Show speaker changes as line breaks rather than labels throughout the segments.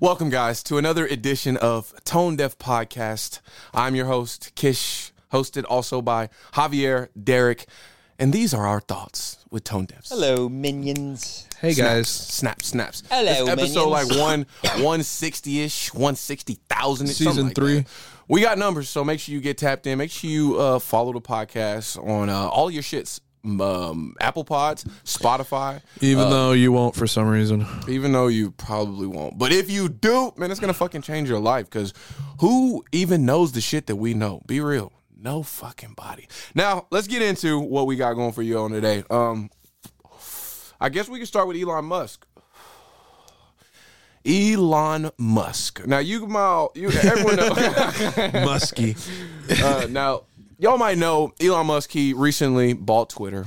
Welcome, guys, to another edition of Tone Deaf Podcast. I'm your host, Kish, hosted also by Javier, Derek, and these are our thoughts with Tone Deafs.
Hello, minions.
Hey
Snaps,
guys.
snaps, snaps.
Hello,
this episode
minions.
like one one sixty ish, one sixty thousand.
Season three.
We got numbers, so make sure you get tapped in. Make sure you uh, follow the podcast on uh, all your shits, um, Apple Pods, Spotify.
Even though you won't for some reason.
Even though you probably won't. But if you do, man, it's going to fucking change your life because who even knows the shit that we know? Be real. No fucking body. Now, let's get into what we got going for you on today. Um, I guess we can start with Elon Musk. Elon Musk. Now, you, might you, everyone knows.
Musky.
uh, now, y'all might know Elon Musk, he recently bought Twitter.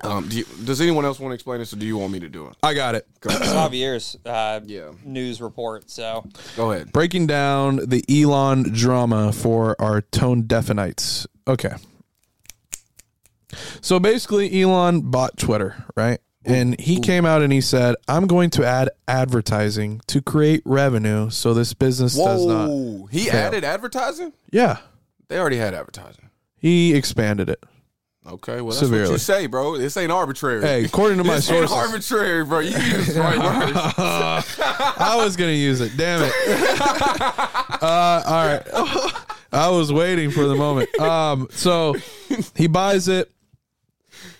Um, do you, does anyone else want to explain this or do you want me to do it?
I got it.
Javier's uh,
Yeah.
news report. So
Go ahead.
Breaking down the Elon drama for our tone deafenites. Okay. So basically, Elon bought Twitter, right? And he came out and he said, I'm going to add advertising to create revenue so this business does not.
Whoa, he added advertising?
Yeah.
They already had advertising.
He expanded it.
Okay, well, that's what you
Severely.
say, bro. This ain't arbitrary.
Hey, according to my
this ain't
sources,
arbitrary, bro. You use the right words.
I was gonna use it. Damn it. uh, all right. I was waiting for the moment. Um, so he buys it.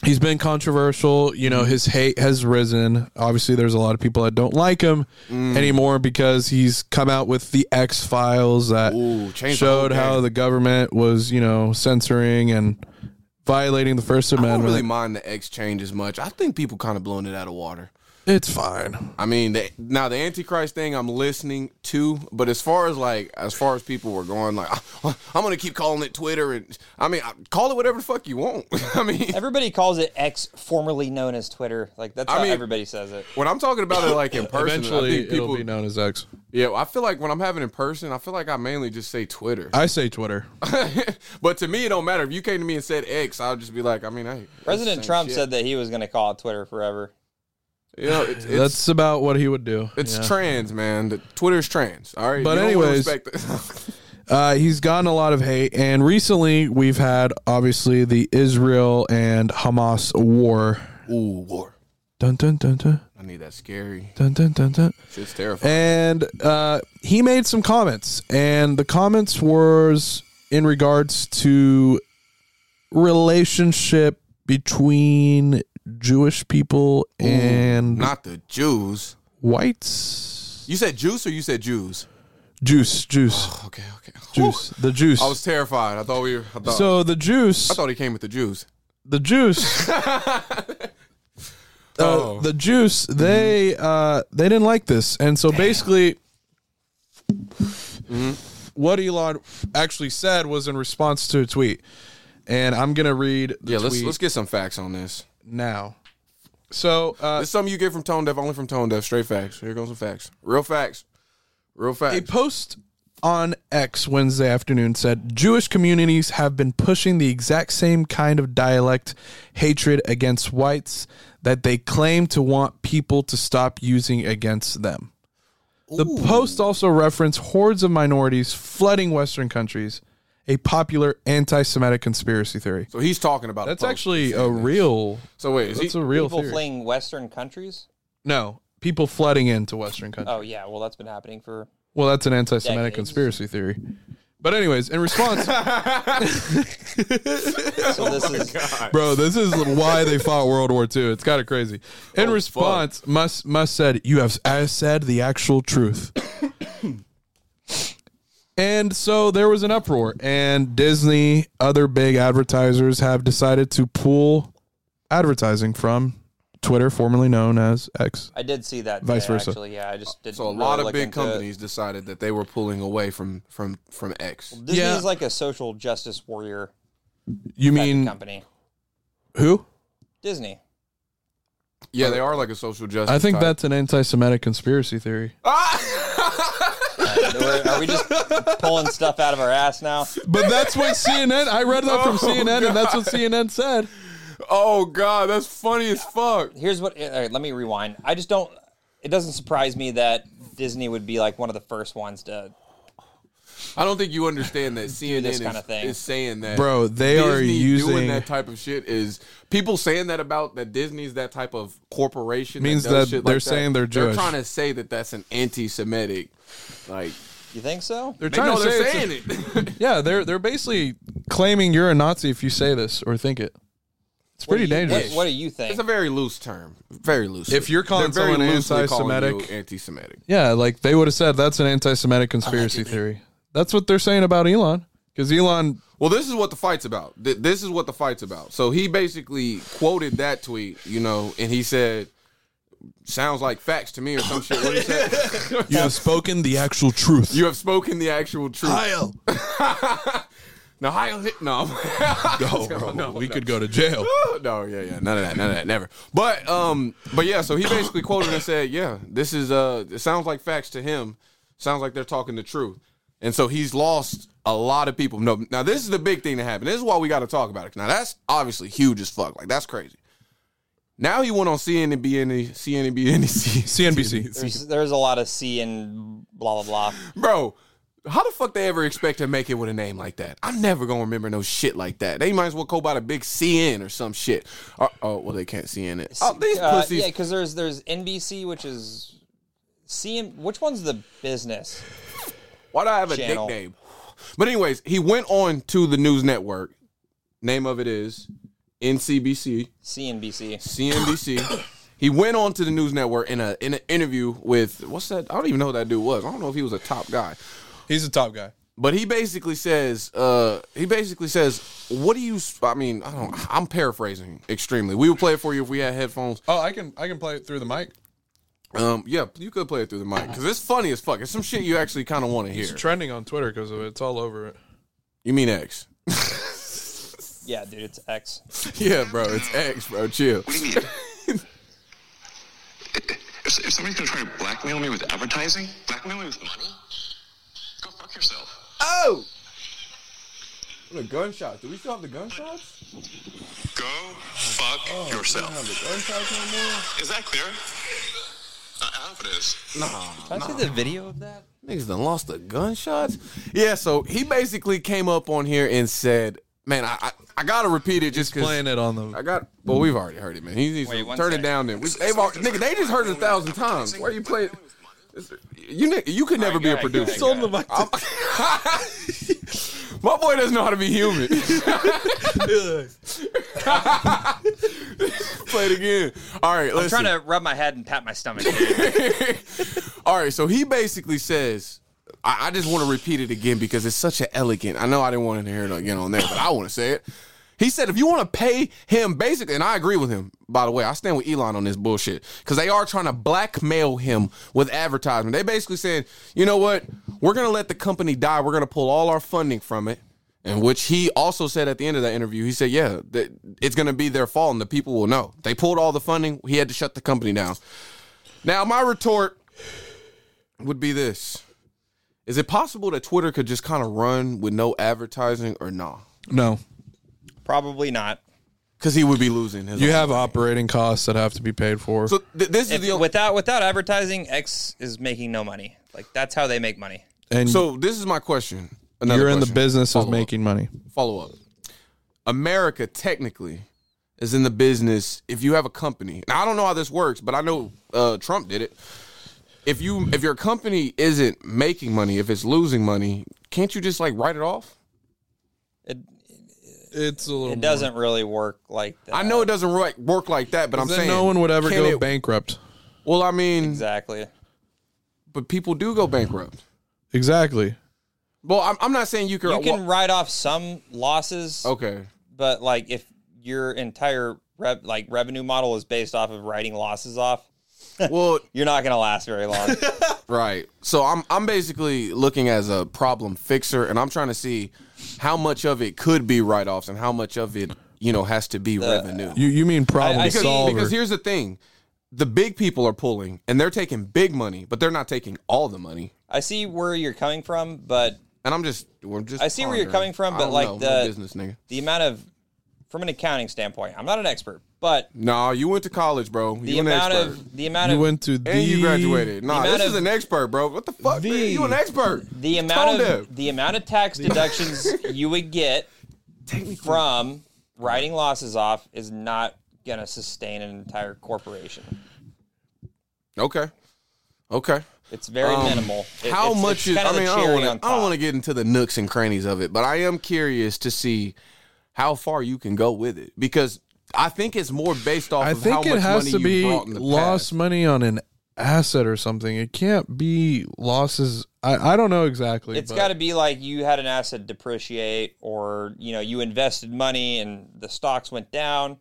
He's been controversial. You know, his hate has risen. Obviously, there's a lot of people that don't like him
Mm.
anymore because he's come out with the X Files that
Ooh, changed the whole
showed how
game.
the government was, you know, censoring and violating the First
I don't
Amendment.
really mind the X change as much. I think people kind of blowing it out of water.
it's fine.
I mean, the, now the Antichrist thing, I'm listening to, but as far as like, as far as people were going, like, I'm gonna keep calling it Twitter, and I mean, I- call it whatever the fuck you want. I mean,
everybody calls it X, formerly known as Twitter. Like that's
I
how
mean-
everybody says it.
when I'm talking about it, like in person, I
Eventually,
think people,
it'll be known as X.
yeah, I feel like when I'm having it in person, I feel like I mainly just say Twitter.
I say Twitter.
but to me, it don't matter. If you came to me and said X, I'll just be like, I mean, hey, that's the
President
same
Trump
shit.
said that he was going to call it Twitter forever.
you know, it's, it's,
That's about what he would do.
it's
Yeah.
trans, man. The- Twitter's trans. All right,
But
You don't wanna
anyways-
respect it.
Uh, he's gotten a lot of hate, and recently we've had obviously the Israel and Hamas war.
ooh, war.
Dun dun dun dun
I need that scary.
dun dun dun dun.
Shit's terrifying.
And uh, he made some comments, and the comments was in regards to relationship between Jewish people and
Not the Jews.
whites.
You said juice or you said Jews?
Juice, juice,
Okay, okay. Whew.
juice. The juice.
I was terrified. I thought we were. I thought,
so the juice.
I thought he came with the Jews.
the juice uh,
Oh.
the juice they uh they didn't like this and so basically
Mm-hmm.
what elon actually said was in response to a tweet and i'm gonna read the
Yeah,
tweet
let's let's get some facts on this.
now so uh
This is something you get from Tone Deaf, only from Tone Deaf. Straight facts. Here goes some facts. Real facts. Real
a
facts.
post on X Wednesday afternoon said Jewish communities have been pushing the exact same kind of dialect hatred against whites that they claim to want people to stop using against them. The post also referenced hordes of minorities flooding Western countries, a popular anti Semitic conspiracy theory.
so he's talking about. a
Oh,
That's
post.
actually a real.
So wait, is
That's
he,
a real
People
theory.
fleeing Western countries.
no, people flooding into Western countries.
Oh yeah, well that's been happening for.
Well, that's an anti-Semitic
Decades.
conspiracy theory. But anyways, in response,
So
Oh
this is
Bro, this is why they fought World War II. It's kind of crazy. In
Oh,
response, Musk Musk said, "You have s- said the actual truth." and so there was an uproar, and Disney, other big advertisers, have decided to pull advertising from Twitter, formerly known as X.
I did see that.
Vice
today,
versa.
Actually, yeah, I just did.
So a
really
lot of
look
big
into it.
companies decided that they were pulling away from from from X.
Disney
Yeah.
is like a social justice warrior
You
type of
mean
company.
who?
Disney.
Yeah, they are like a social justice.
I think
type. Ah!
that's an anti-Semitic conspiracy theory.
Are are we just pulling stuff out of our ass now?
But that's what CNN. I read that from
Oh,
CNN, and that's what CNN said.
Oh god, that's funny as fuck.
here's what all right, let me rewind i just don't it doesn't surprise me that Disney would be like one of the first ones to.
I don't think you understand that CNN
this
is,
kinda thing.
is saying that,
Bro, they are using-
doing that type of shit. Is people saying that about that Disney's that type of corporation
Means
that, does
that
shit
they're
like
saying they're Jewish.
trying to say that that's an anti-Semitic, like
You think so?
They're
they
trying
know
to
they're
say it's a-
saying it.
Yeah, they're they're basically claiming you're a Nazi if you say this or think it. It's pretty
What do you-
dangerous.
What, what do you think?
it's a very loose term, very loose.
If you're calling
They're very
someone
loosely calling
anti-Semitic-
you anti-Semitic.
Yeah, like they would have said that's an anti-Semitic conspiracy theory. That's what they're saying about Elon. Because Elon,
Well, this is what the fight's about. Th- This is what the fight's about. So he basically quoted that tweet, you know, and he said, "Sounds like facts to me" or some shit. What he said?
you have spoken the actual truth.
You have spoken the actual truth.
Kyle, Oh,
No, high hit. No,
no, bro, we could go to jail.
no, yeah, yeah, none of that, none of that, never. But, um, but yeah. So he basically quoted and said, "Yeah, this is uh, it sounds like facts to him. Sounds like they're talking the truth." And so he's lost a lot of people. No, now this is the big thing that happened. This is why we got to talk about it. Now that's obviously huge as fuck. Like that's crazy. Now he went on CNBC, E, CNBC,
CNBC.
There's, there's a lot of C and blah blah blah.
E, bro. How the fuck they ever expect to make it with a name like that? I'm never gonna remember no shit like that. They might as well go by the big CN or some shit. Uh, oh, well they can't CN it. Oh, these
Uh,
pussies.
yeah, because there's there's NBC, which is CM. Which one's the business?
Why do I have a
Channel.
nickname? But anyways, he went on to the news network. Name of it is NCBC,
CNBC.
CNBC. he went on to the news network in a in an interview with what's that? I don't even know who that dude was. I don't know if he was a top guy.
He's a top guy.
But he basically says, uh, he basically says, what do you? s- I mean, I don't. I'm paraphrasing extremely. We would play it for you if we had headphones.
Oh, I can I can play it through the mic.
Um, yeah, you could play it through the mic because it's funny as fuck. It's some shit you actually kind of want to hear.
It's trending on Twitter because of it. It's all over it.
You mean X?
Yeah, dude, it's X.
yeah, bro, it's X, bro. Chill.
What do you mean? if, if somebody's gonna try to blackmail me with advertising, blackmail me with money, go fuck yourself.
Oh! The gunshots. Do we still have the gunshots?
Go fuck yourself.
gunshots
Is that clear? I don't know if it is.
Can I see the video of that?
Niggas done lost the gunshots. Yeah, so he basically came up on here and said, "Man, I I, I gotta repeat it just because
Playing it on
I
the.
got. Well, we've already heard it, man. He needs
Wait,
to
one
turn it
sec.
down. Then we, they've already, nigga, they just heard it a thousand times. Why you playing? You ni- you could never be a
go ahead, go
producer.
ahead,
mic.
My boy doesn't know how to be human. Play it again. All right, listen.
trying to rub my head and pat my stomach.
All right, so he basically says, I, I just want to repeat it again because it's such an elegant. I know I didn't want to hear it again on there, but I want to say it. He said, if you want to pay him basically, and I agree with him, by the way, I stand with Elon on this bullshit because they are trying to blackmail him with advertisement. They basically saying, you know what? We're going to let the company die. We're going to pull all our funding from it. And which he also said at the end of that interview, he said, yeah, that it's going to be their fault and the people will know. They pulled all the funding. He had to shut the company down. Now, my retort would be this. Is it possible that Twitter could just kind of run with no advertising or nah?
No,
Probably not.
Because he would be losing his.
you
own.
have operating costs that have to be paid for.
so th- this is
If-
the only,
without without advertising, X is making no money. Like that's how they make money.
and
so this is my question. Another
you're in the
question.
business of
Follow up.
making money.
follow up. America technically is in the business if you have a company. Now I don't know how this works, but I know uh, Trump did it. If you if your company isn't making money, if it's losing money, can't you just like write it off?
It
It's a little.
it doesn't really work like that.
I know it doesn't work- work like that, but I'm
Then
saying
no one would ever
can
go
it-
bankrupt.
Well, I mean,
exactly.
but people do go bankrupt.
Exactly.
Well, I'm, I'm not saying you can.
You can write off some losses,
okay.
but like if your entire rev, like revenue model is based off of writing losses off,
Well,
you're not going to last very long.
right. So I'm I'm basically looking as a problem fixer, and I'm trying to see how much of it could be write offs and how much of it you know has to be revenue.
You you mean problem
I- I see-
because,
solver?
because here's the thing: the big people are pulling, and they're taking big money, but they're not taking all the money.
I see where you're coming from, but
And I'm just we're just.
I see where you're
pondering.
coming from,
I
but
don't
like
know. I'm a
the-
business nigga.
the amount of from an accounting standpoint, I'm not an expert, But
No, you went to college, bro.
the
you an
amount
expert.
of the amount
You
of
went to the
and you graduated. Nah,
amount
this is
of-
an expert, bro. What the fuck?
The-
man? You an expert?
the
Tone
amount
deaf.
of the amount of tax deductions you would get from writing losses off is not going to sustain an entire corporation.
Okay, okay.
It's very minimal. It-
Um, How
it's-
much
it's
is?
kind
I
of the
mean, I
cherry
don't
on
want to. I don't
top.
want to get into the nooks and crannies of it, but I am curious to see how far you can go with it because I think it's more based off.
I
of how
think it
much
has
money
to
you
be
brought in the
lost
past.
money on an asset or something. It can't be losses. I, I don't know exactly.
It's
but-
got to be like you had an asset depreciate or you know you invested money and the stocks went down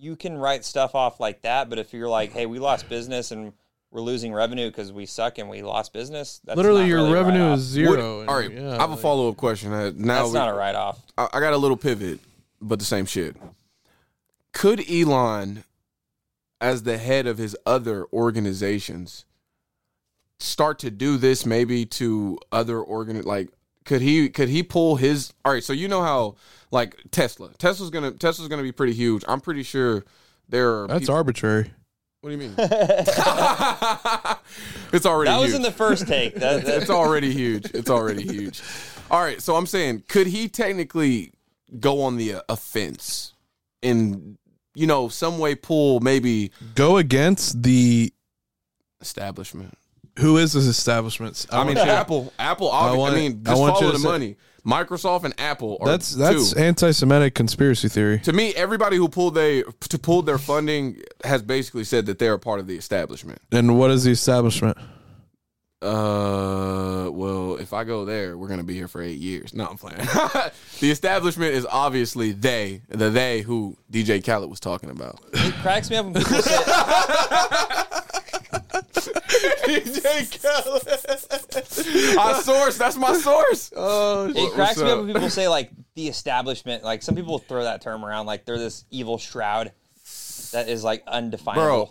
you can write stuff off like that but if you're like hey we lost business and we're losing revenue because we suck and we lost business that's
literally
not
your
really a
revenue
write-off.
is zero.
What-
and-
all right,
yeah,
I have a
like-
follow up question. Uh, Now
that's
we-
not a write-off
I, I got a little pivot, but the same shit. Could Elon, as the head of his other organizations, start to do this maybe to other organ like could he could he pull his all right so you know how like tesla tesla's gonna tesla's gonna be pretty huge i'm pretty sure there are
That's
people-
arbitrary.
what do you mean it's already
that was
huge
in the first take that, that-
it's already huge. It's already huge. All right, so I'm saying, could he technically go on the uh, offense and you know some way pull maybe
Go against the
establishment?
who is this establishment?
I, mean,
want you-
Apple, Apple. obvi- I,
want-
mean,
I
just
want you
follow
to
the
say-
money. Microsoft and Apple are
that's that's
two.
anti-Semitic conspiracy theory.
to me, everybody who pulled they to pull their funding has basically said that they're a part of the establishment.
And what is the establishment?
Uh, well, if I go there, we're gonna be here for eight years. No, I'm playing. the establishment is obviously they, the they who DJ Khaled was talking about.
it cracks me up when people say
DJ Khaled. I source. That's my source. Oh,
it cracks me up when people say like the establishment like some people throw that term around like they're this evil shroud that is like undefinable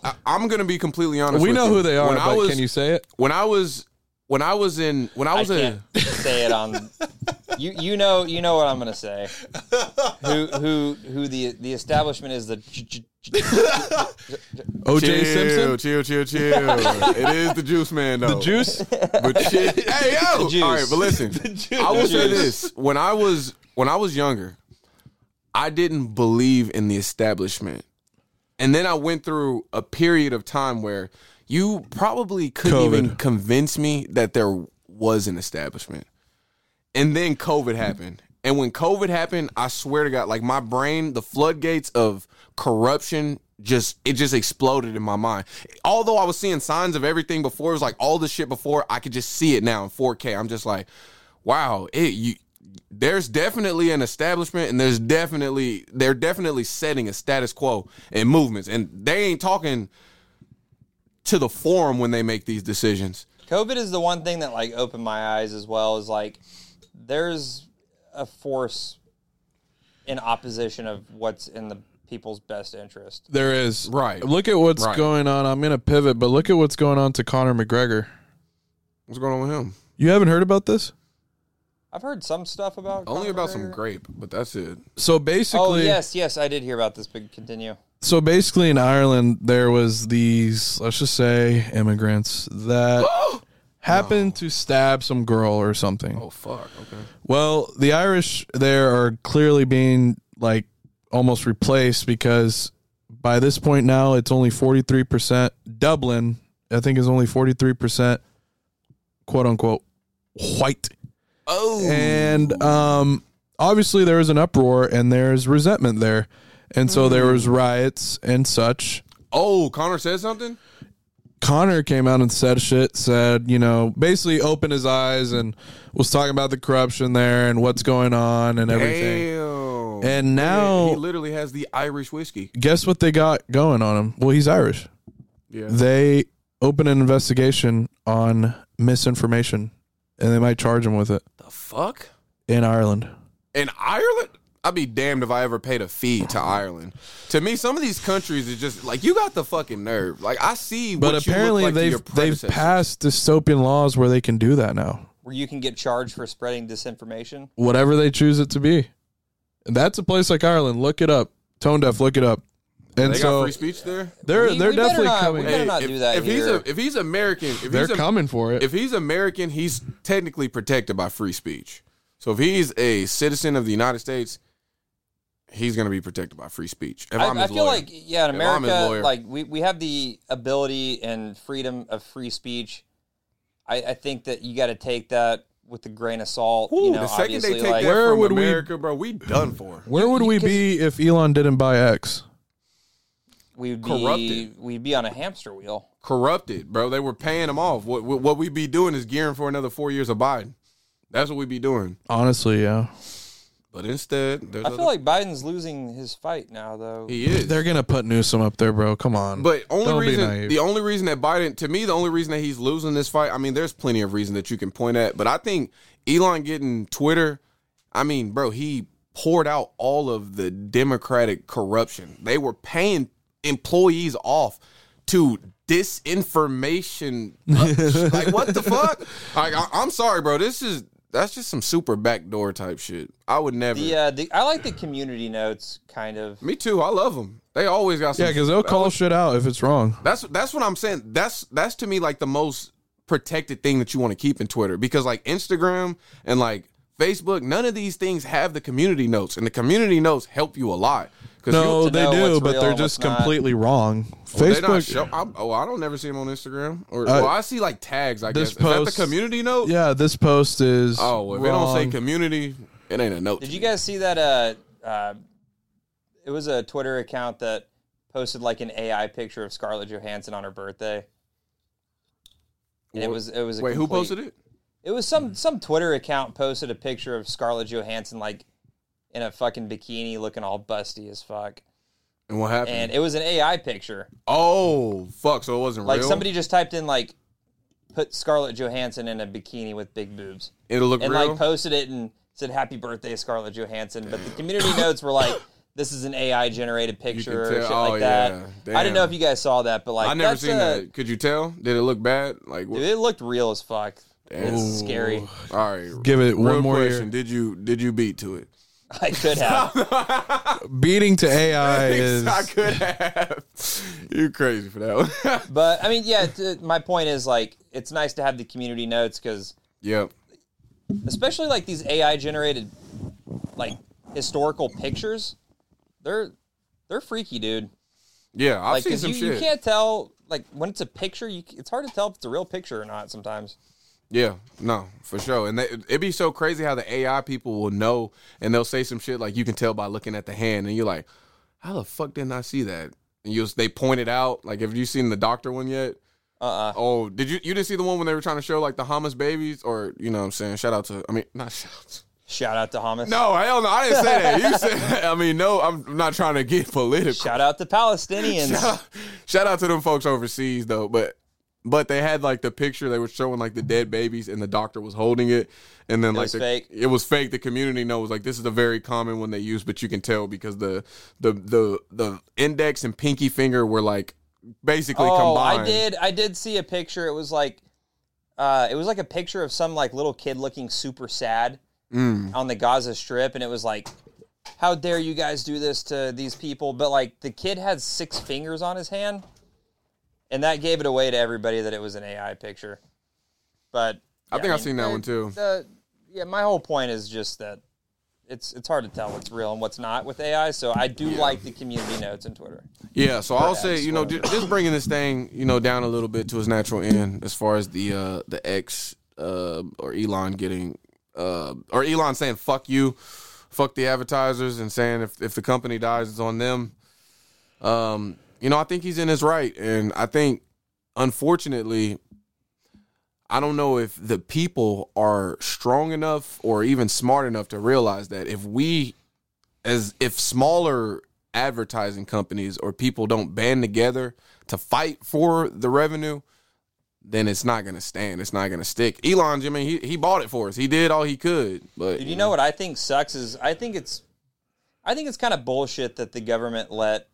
bro. I, I'm gonna be completely honest.
We
with
know
you.
who they are,
When I
but
was
can you say it?
when I was when I was in when I
I
was in.
can't say it on. You you know you know what I'm gonna say. Who who who the the establishment is the. j- j- j-
OJ
Chill,
Simpson.
chill, chill, chill. it is the juice man, though. The
Juice.
But shit, hey yo,
The juice.
all right. But listen, I will say this: when I was when I was younger, I didn't believe in the establishment, and then I went through a period of time where you probably couldn't even
COVID.
convince me that there was an establishment, and then COVID happened. And when COVID happened, I swear to God, like my brain, the floodgates of corruption just it just exploded in my mind. Although I was seeing signs of everything before, it was like all this shit before, I could just see it now in 4K. I'm just like, wow, it you there's definitely an establishment and there's definitely they're definitely setting a status quo and movements. And they ain't talking to the forum when they make these decisions.
COVID is the one thing that like opened my eyes as well. Is like there's a force in opposition of what's in the people's best interest.
There is
Right.
Look at what's
Right.
going on. I'm gonna pivot, but look at what's going on to Conor McGregor.
What's going on with him?
You haven't heard about this?
I've heard some stuff about
Only
Conor
about
McGregor.
some grape, but that's it.
So
Oh
basically,
yes, yes, I did hear about this. But continue.
so basically in Ireland there was these let's just say immigrants that happened to stab some girl or something.
Oh fuck. Okay.
Well, the Irish there are clearly being like almost replaced because by this point now it's only 43%. Dublin, I think, is only 43% quote unquote white.
Oh.
And um, obviously there is an uproar and there's resentment there. And so there was riots and such.
Oh, Connor said something?
Connor came out and said shit, said, you know, basically opened his eyes and was talking about the corruption there and what's going on and everything.
Damn.
And now,
he literally has the Irish whiskey.
guess what they got going on him? Well, he's Irish.
Yeah.
They open an investigation on misinformation, and they might charge him with it
The fuck?
in Ireland.
In Ireland? I'd be damned if I ever paid a fee to Ireland. To me, some of these countries is just like you got the fucking nerve. Like I see,
But
what you look
apparently,
like to your
they've they've
predecessors.
passed dystopian laws where they can do that now.
Where you can get charged for spreading disinformation.
Whatever they choose it to be, and that's a place like Ireland. Look it up. Tone deaf. Look it up. And
They got
so
free speech there.
they're
We-
they're
we better
definitely
not-
coming.
we better not
if,
do that
if he's
here.
a, if he's American, if
they're
he's a,
coming for it.
If he's American, he's technically protected by free speech. So if he's a citizen of the United States, he's going to be protected by free speech. If
I,
am
I
his
feel
lawyer.
like yeah, in
If I'm his
America,
lawyer.
like we, we have the ability and freedom of free speech. I, I think that you got to take that with a grain of salt.
Ooh,
you know,
the second they
obviously,
take
like,
that
Where
from
would we-
America, bro, we done for.
Where would we be if Elon didn't buy X?
we'd be
corrupted.
we'd be on a hamster wheel.
Corrupted, bro. They were paying him off. What what what we be doing is gearing for another four years of Biden. That's what we be doing.
Honestly, yeah.
But instead, there's
I feel
other-
like Biden's losing his fight now, though.
he is.
They're gonna put Newsom up there, bro. Come on.
But only
Don't be
reason
naive.
the only reason that Biden to me the only reason that he's losing this fight, I mean, there's plenty of reason that you can point at, but I think Elon getting Twitter, I mean, bro, he poured out all of the democratic corruption. They were paying employees off to disinformation. like what the fuck? Like I, I'm sorry, bro. This is that's just some super backdoor type shit. I would never.
The, uh, the I like the community notes kind of.
Me too. I love them. They always got some
yeah, because they'll call shit out if it's wrong.
That's that's what I'm saying. That's that's to me like the most protected thing that you want to keep in Twitter because like Instagram and like Facebook, none of these things have the community notes, and the community notes help you a lot. Because
No,
to
they
know
do,
what's
but
real
they're
and
just
what's not.
completely wrong.
They not
Facebook.
show, I'm, oh, I don't never see them on Instagram, or
Uh,
well, I see like tags. I
this
guess is that
post-
the community note?
yeah, this post is.
Oh, well, if
wrong.
it don't say community, it ain't a note.
Did
to
you
me.
guys see that? Uh, uh, it was a Twitter account that posted like an AI picture of Scarlett Johansson on her birthday. And it
Wha-
was it was a
Wait, who
complete-
posted it?
It was some some Twitter account posted a picture of Scarlett Johansson like in a fucking bikini, looking all busty as fuck,
And what happened?
and it was an AI picture.
oh fuck! So it wasn't
Like
real.
somebody just typed in like put Scarlett Johansson in a bikini with big boobs
It'll look
and
real.
like posted it and said happy birthday Scarlett Johansson but the community notes were like this is an AI generated picture or
tell-
shit
oh,
like that.
yeah.
I didn't know if
Damn.
you guys saw that but like
I never
that's
seen
a-
that. Could you tell? Did it look bad? Like what?
Dude, it looked real as fuck. It's scary.
All right,
Give it one
real
more year.
question. Did you did you beat to it?
I could have.
Beating to AI is.
I could have. You crazy for that one?
But I mean, yeah, t- my point is like it's nice to have the community notes cuz
yep.
especially like these AI generated like historical pictures. They're they're freaky, dude.
Yeah, I've
Like
seen
'cause
some
you, you
shit.
can't tell like when it's a picture, you c- it's hard to tell if it's a real picture or not sometimes.
Yeah, no, for sure. And they, it'd be so crazy how the AI people will know and they'll say some shit like you can tell by looking at the hand, and you're like, how the fuck didn't I see that? And you they point it out. Like, have you seen the doctor one yet?
Uh-uh.
Oh, did you you didn't see the one when they were trying to show like the Hamas babies or you know what I'm saying? Shout out to I mean not shout out to-
Shout out to Hamas.
No, hell no, I didn't say that. You said I mean no, I'm not trying to get political.
Shout out to Palestinians.
shout, shout out to them folks overseas though, but but they had like the picture they were showing like the dead babies and the doctor was holding it and then like
was
the,
fake.
it was fake the community knows like this is a very common one they use but you can tell because the the the the index and pinky finger were like basically
oh,
combined
I did. I did see a picture. It was like, uh, it was like a picture of some like little kid looking super sad
Mm.
on the Gaza Strip, and it was like, "How dare you guys do this to these people?" But like, the kid had six fingers on his hand, and that gave it away to everybody that it was an AI picture. But
I think I've seen that
the-
one, too.
the- yeah, my whole point is just that. It's, it's hard to tell what's real and what's not with AI, so I do like the community notes on Twitter.
Yeah, so I'll say you know ju- just bringing this thing you know down a little bit to its natural end as far as the uh the X uh or Elon getting uh or Elon saying fuck you, fuck the advertisers and saying if if the company dies it's on them. Um, you know I think he's in his right, and I think unfortunately. I don't know if the people are strong enough or even smart enough to realize that if we as if smaller advertising companies or people don't band together to fight for the revenue, then it's not gonna stand. It's not gonna stick. Elon, I mean, he, he bought it for us. He did all he could, but
Dude, you know what I think sucks is I think it's I think it's kind of bullshit that the government let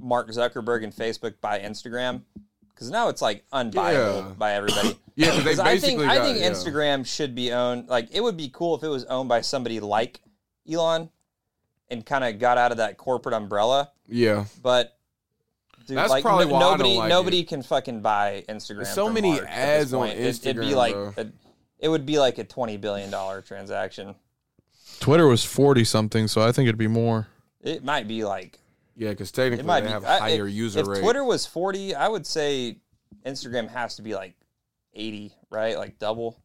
Mark Zuckerberg and Facebook buy Instagram because now it's like unbuyable
Yeah.
by everybody.
yeah, 'cause they
'Cause I think
basically
I
got-
think
yeah.
Instagram should be owned. Like it would be cool if it was owned by somebody like Elon and kind of got out of that corporate umbrella.
Yeah.
But dude,
That's
like,
probably
no-
why I don't
nobody
like
nobody can fucking buy Instagram.
There's so
from
many
Mark at this
ads on
point. It- It'd be
Instagram,
like
bro.
a, it would be like a twenty billion dollar transaction.
Twitter was forty something, so I think it'd be more.
It might be like
Yeah, because technically
it might
they
be
have
I-
higher
if,
user
if
rate.
Twitter was forty, I would say Instagram has to be like eighty, right? Like double.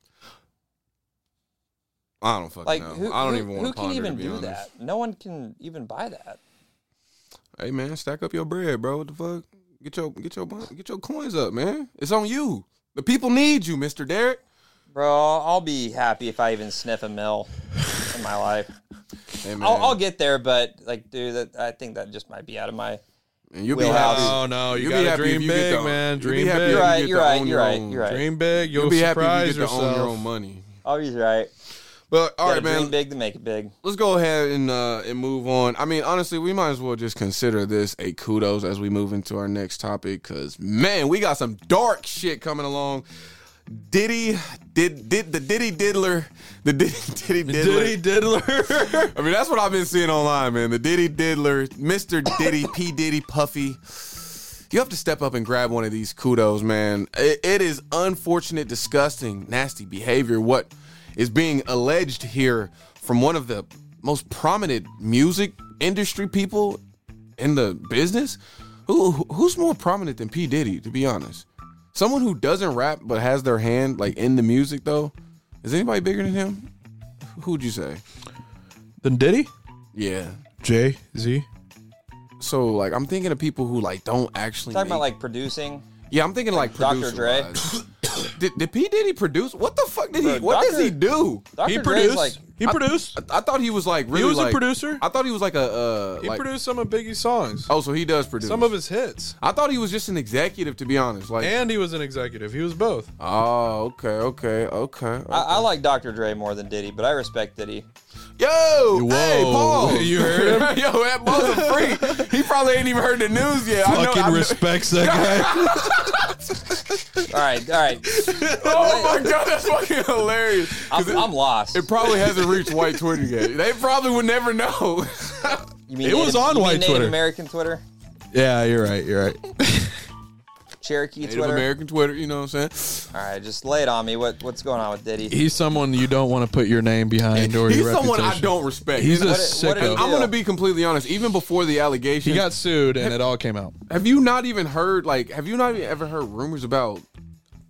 I don't fucking
Like
know.
who?
I don't
who-
even
who
want to
can
ponder
even
to be
do
honest.
that? No one can even buy that.
Hey man, stack up your bread, bro. What the fuck? Get your get your bun- get your coins up, man. It's on you. The people need you, Mister Derek.
Bro, I'll be happy if I even sniff a mill in my life.
Hey man,
I'll, I'll get there, but like, dude, that, I think that just might be out of my.
and you'll be
Wheelhouse.
happy.
Oh, no,
uh, You'll be happy if you get to- you'll be happy if
You're
you
right,
get
you're
to
right,
own
you're
your
right,
own-
you're right.
Dream big. You'll,
You'll be happy if
surprise
you get to
yourself.
own your own money.
I'll be right.
But all
Gotta
right, man.
Dream big to make it big.
let's go ahead and uh and move on. I mean, honestly, we might as well just consider this a kudos as we move into our next topic because man, we got some dark shit coming along. Diddy did did the Diddy Diddler, the Diddy, Diddy Diddler.
Diddy diddler.
I mean, that's what I've been seeing online, man. The Diddy Diddler, Mr. Diddy, P. Diddy, Puffy. You have to step up and grab one of these kudos, man. It- it is unfortunate, disgusting, nasty behavior. What is being alleged here from one of the most prominent music industry people in the business? Who who's more prominent than P. Diddy, to be honest? Someone who doesn't rap but has their hand like in the music though? Is anybody bigger than him? Who'd you say?
then Diddy.
Yeah.
Jay Z.
So like I'm thinking of people who like don't actually
Talking about
make-
like producing.
yeah I'm thinking like
Dr.
producer
Dre.
did, did P Diddy produce? What the fuck did he?
Bro,
What does
Dr.
he do?
Dr.
He
Dre's
produced.
like
he produced.
I, I thought he was like really
was a
like-
producer.
I thought he was like a uh,
He
like-
produced some of Biggie's songs.
Oh, so he does produce
Some of his hits.
I thought he was just an executive to be honest. Like
And he was an executive. He was both.
oh okay okay okay.
I, I like Dr. Dre more than Diddy, but I respect Diddy.
Yo, hey,
Whoa.
Paul.
You heard
him? Yo, that Paul's a freak. He probably ain't even heard the news yet. I know, I know-
respects that guy.
All right, all right.
Oh my god, that's fucking hilarious. 'Cause
I'm,
it-
I'm lost.
It probably hasn't reached white Twitter yet. They probably would never know.
you mean
it was
Native-
on
you mean
white
Native
Twitter.
American Twitter,
yeah, you're right. You're right.
Cherokee
Native
Twitter.
American Twitter, you know what I'm saying?
All right, just lay it on me. What what's going on with Diddy?
He's someone you don't want to put your name behind or
He's
your
someone I
reputation.
don't respect.
He's a
What it- what it
sicko.
is-
I'm gonna be completely honest. Even before the
He
allegations,
got sued and it all came out.
have you not even heard like have you not even ever heard rumors about?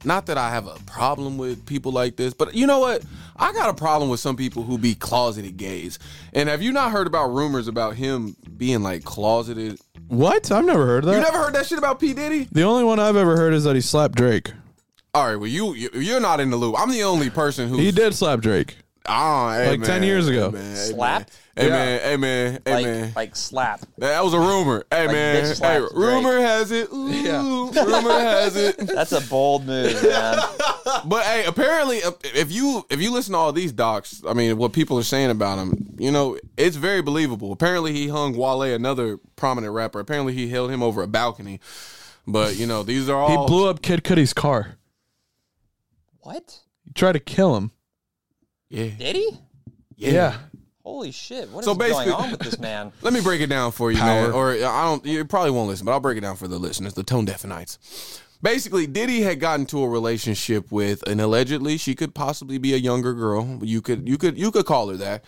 Not that I have a problem with people like this, but you know what? I got a problem with some people who be closeted gays. And have you not heard about rumors about him being like closeted?
What? I've never heard of that.
You never heard that shit about P Diddy?
the only one I've ever heard is that he slapped Drake.
All right, well you you- you're not in the loop. I'm the only person who
He did slap Drake.
Oh, hey,
Like
man.
10 years ago.
Hey, man. Hey,
Slapped?
man. Hey
Yeah.
man, hey man, hey
Like
man.
like slap.
That was a rumor. Hey man,
bitch
hey,
slaps
rumor has it. Ooh,
Yeah.
rumor has it.
That's a bold move, man.
But hey, apparently, uh, if you if you listen to all these docs, I mean, what people are saying about him, you know, it's very believable. Apparently, he hung Wale, another prominent rapper. Apparently, he held him over a balcony. But you know, these are
He
all
blew up Kid Cudi's car.
What?
He tried to kill him.
Yeah,
Diddy?
yeah.
Holy shit! What is
So
going
basically-
on with this man?
Let me break it down for you, man. Or uh, I don't. You probably won't listen, but I'll break it down for the listeners, the tone deafenites. Basically, Diddy had gotten to a relationship with, and allegedly she could possibly be a younger girl. You could, you could, you could call her that.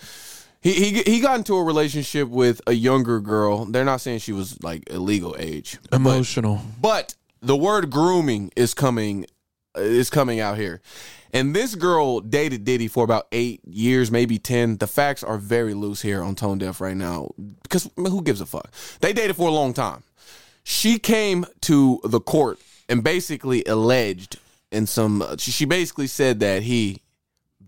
He he he got into a relationship with a younger girl. They're not saying she was like illegal age,
Emotional.
but the word grooming is coming uh, is coming out here. And this girl dated Diddy for about eight years, maybe ten. The facts are very loose here on Tone Deaf right now because I mean, who gives a fuck? They dated for a long time. She came to the court and basically alleged, and some she she basically said that he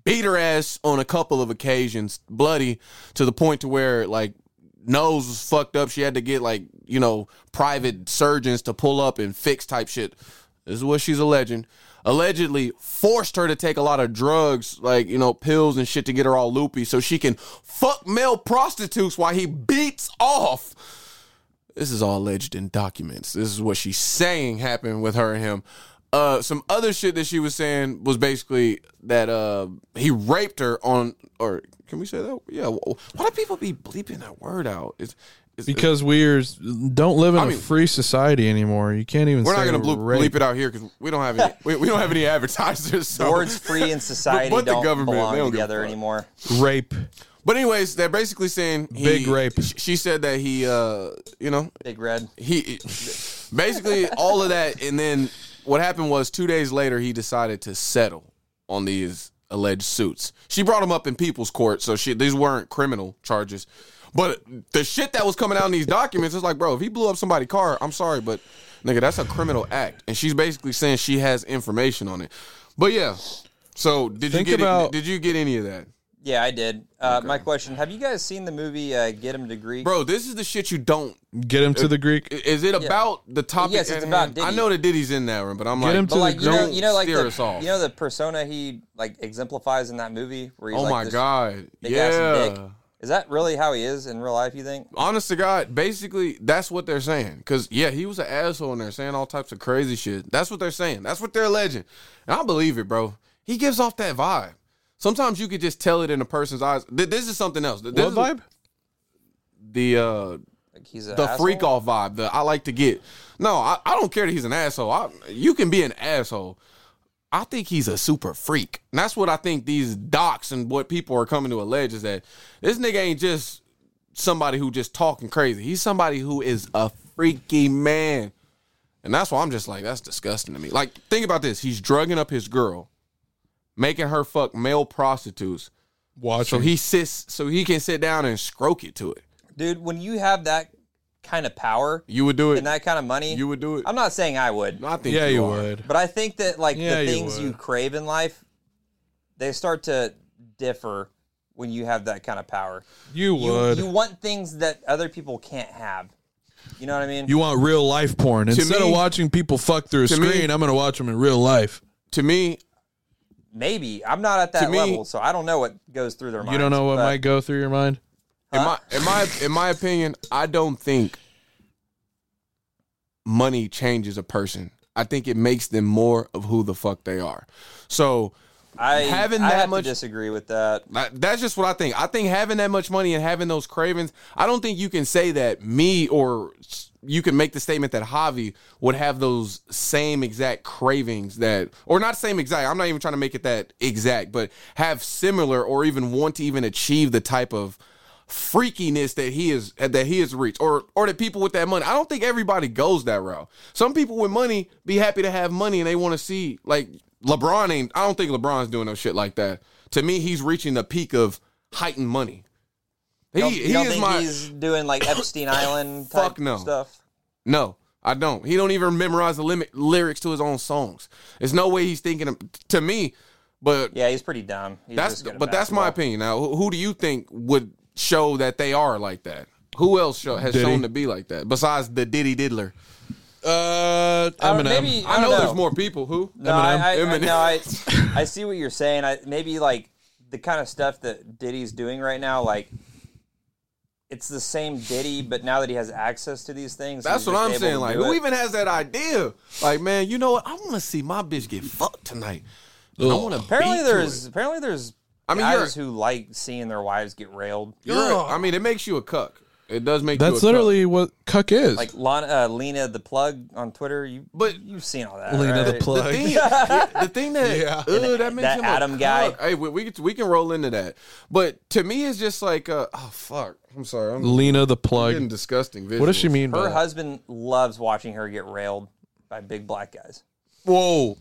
beat her ass on a couple of occasions, bloody to the point to where like nose was fucked up. She had to get like you know private surgeons to pull up and fix type shit. This is what she's alleging. Allegedly forced her to take a lot of drugs, like you know pills and shit, to get her all loopy, so she can fuck male prostitutes while he beats off. This is all alleged in documents. This is what she's saying happened with her and him. Uh, some other shit that she was saying was basically that uh, he raped her on, or can we say that? Yeah. wh- Why do people be bleeping that word out? It's
because we're don't live in
I
a
mean-
free society anymore. You can't even.
We're
say
not going to
rape.
bleep it out here because we don't have any. we, we don't have any advertisers. So.
Words free in society
But- but the
don't
government,
belong
they don't give a
together
fuck.
anymore.
Rape.
But anyways, they're basically saying he-
Big rape.
sh- She said that he, uh, you know,
Big red.
he basically all of that, and then what happened was two days later he decided to settle on these alleged suits. She brought him up in people's court, so she, these weren't criminal charges. But the shit that was coming out in these documents, it's like, bro, if he blew up somebody's car, I'm sorry, but nigga, that's a criminal act, and she's basically saying she has information on it. But yeah, so did
Think
you get
about-
it, did you get any of that?
Yeah, I did. Uh, My question: Have you guys seen the movie uh, Get Him to Greek?
Bro, this is the shit you don't
Get him to the Greek.
I- Is it about the topic?
Yes, it's
at
about
hand? I
Diddy.
know that Diddy's in that room, but I'm
Get
like,
him to
but
But
the
like,
like you know,
Greek-
you know, like
Steer
the,
us off.
you know the persona he like exemplifies in that movie, where he's
oh
like
my
this
god,
big ass dick.
yeah.
Is that really how he is in real life? You think?
Honest to God, basically that's what they're saying. Because yeah, he was an asshole and they're saying all types of crazy shit. That's what they're saying. That's what they're alleging, and I believe it, bro. He gives off that vibe. Sometimes you could just tell it in a person's eyes. Th- This is something else. Th- This
What
is
vibe?
The uh,
Like he's a
the freak off vibe. The I like to get. No, I, I don't care that he's an asshole. I, you can be an asshole. I think he's a super freak. And that's what I think these docs and what people are coming to allege is that this nigga ain't just somebody who just talking crazy. He's somebody who is a freaky man. And that's why I'm just like, that's disgusting to me. Like, think about this. He's drugging up his girl, making her fuck male prostitutes.
Watch.
So he sits so he can sit down and scroke it to it.
dude. When you have that kind of power
You would do it.
and that kind of money,
You would do it.
I'm not saying I would,
No, I think
Yeah, you
are.
would.
but I think that like
Yeah,
the
you
things you
would.
crave in life, they start to differ when you have that kind of power.
You
You-
would.
You,
You,
want things that other people can't have. You know what I mean?
want real life porn instead
me-
of watching people fuck through a
to me-
screen. I'm gonna watch them in real life.
To me,
Maybe I'm not at that
me-
level, so I don't know what goes through their mind.
You don't know what
but,
might go through your mind.
in my in my in my opinion, I don't think money changes a person. I think it makes them more of who the fuck they are. So
I
having
I
that
have
much-
to disagree with that.
that- that's just what I think. I think having that much money and having those cravings, I don't think you can say that me or s- you can make the statement that Javi would have those same exact cravings that, or not same exact. I'm not even trying to make it that exact, but have similar or even want to even achieve the type of freakiness that he is that he has reached or or the people with that money i don't think everybody goes that route some people with money be happy to have money and they want to see like lebron ain't i don't think lebron's doing no shit like that to me he's reaching the peak of heightened money he,
You don't,
he
you don't
is
think
my
he's doing like Epstein Island type
Fuck no.
stuff?
no i don't he don't even memorize the limit, lyrics to his own songs there's no way he's thinking of, to me but
Yeah, he's pretty dumb. He's
that's
just good at
but that's my
basketball.
opinion now who, who do you think would show that they are like that who else show, has
Diddy.
shown to be like that besides the diddy diddler
Uh,
I
Eminem.
don't- maybe-
I,
I
know,
don't
there's
know.
more people who.
No, I, I, I,
Eminem.
no I, I see what you're saying. I maybe like the kind of stuff that Diddy's doing right now, like it's the same Diddy, but now that he has access to these things,
That's what
he's just
I'm
able
saying.
to
Like,
do
who
it.
even has that idea? Like, man, you know what? I want to see my bitch get fucked tonight. I want to.
Apparently, there's apparently there's
I mean,
guys who like seeing their wives get railed.
You're, a- I mean, it makes you a cuck. It does make you. a
That's
cuck.
literally what cuck is.
Like Lana, uh, Lena the plug on Twitter. You
But-
you've seen all that.
Lena the
right?
plug.
The thing, the thing that,
Yeah.
Ugh, that makes
That
him a
Adam guy.
cuck. Hey, we, we can- we can roll into that, but to me, it's just like, uh, oh fuck, I'm sorry, I'm
Lena the
getting
plug.
disgusting. Visuals.
What does she mean by
Her
that?
husband loves watching her get railed by big black guys.
Whoa,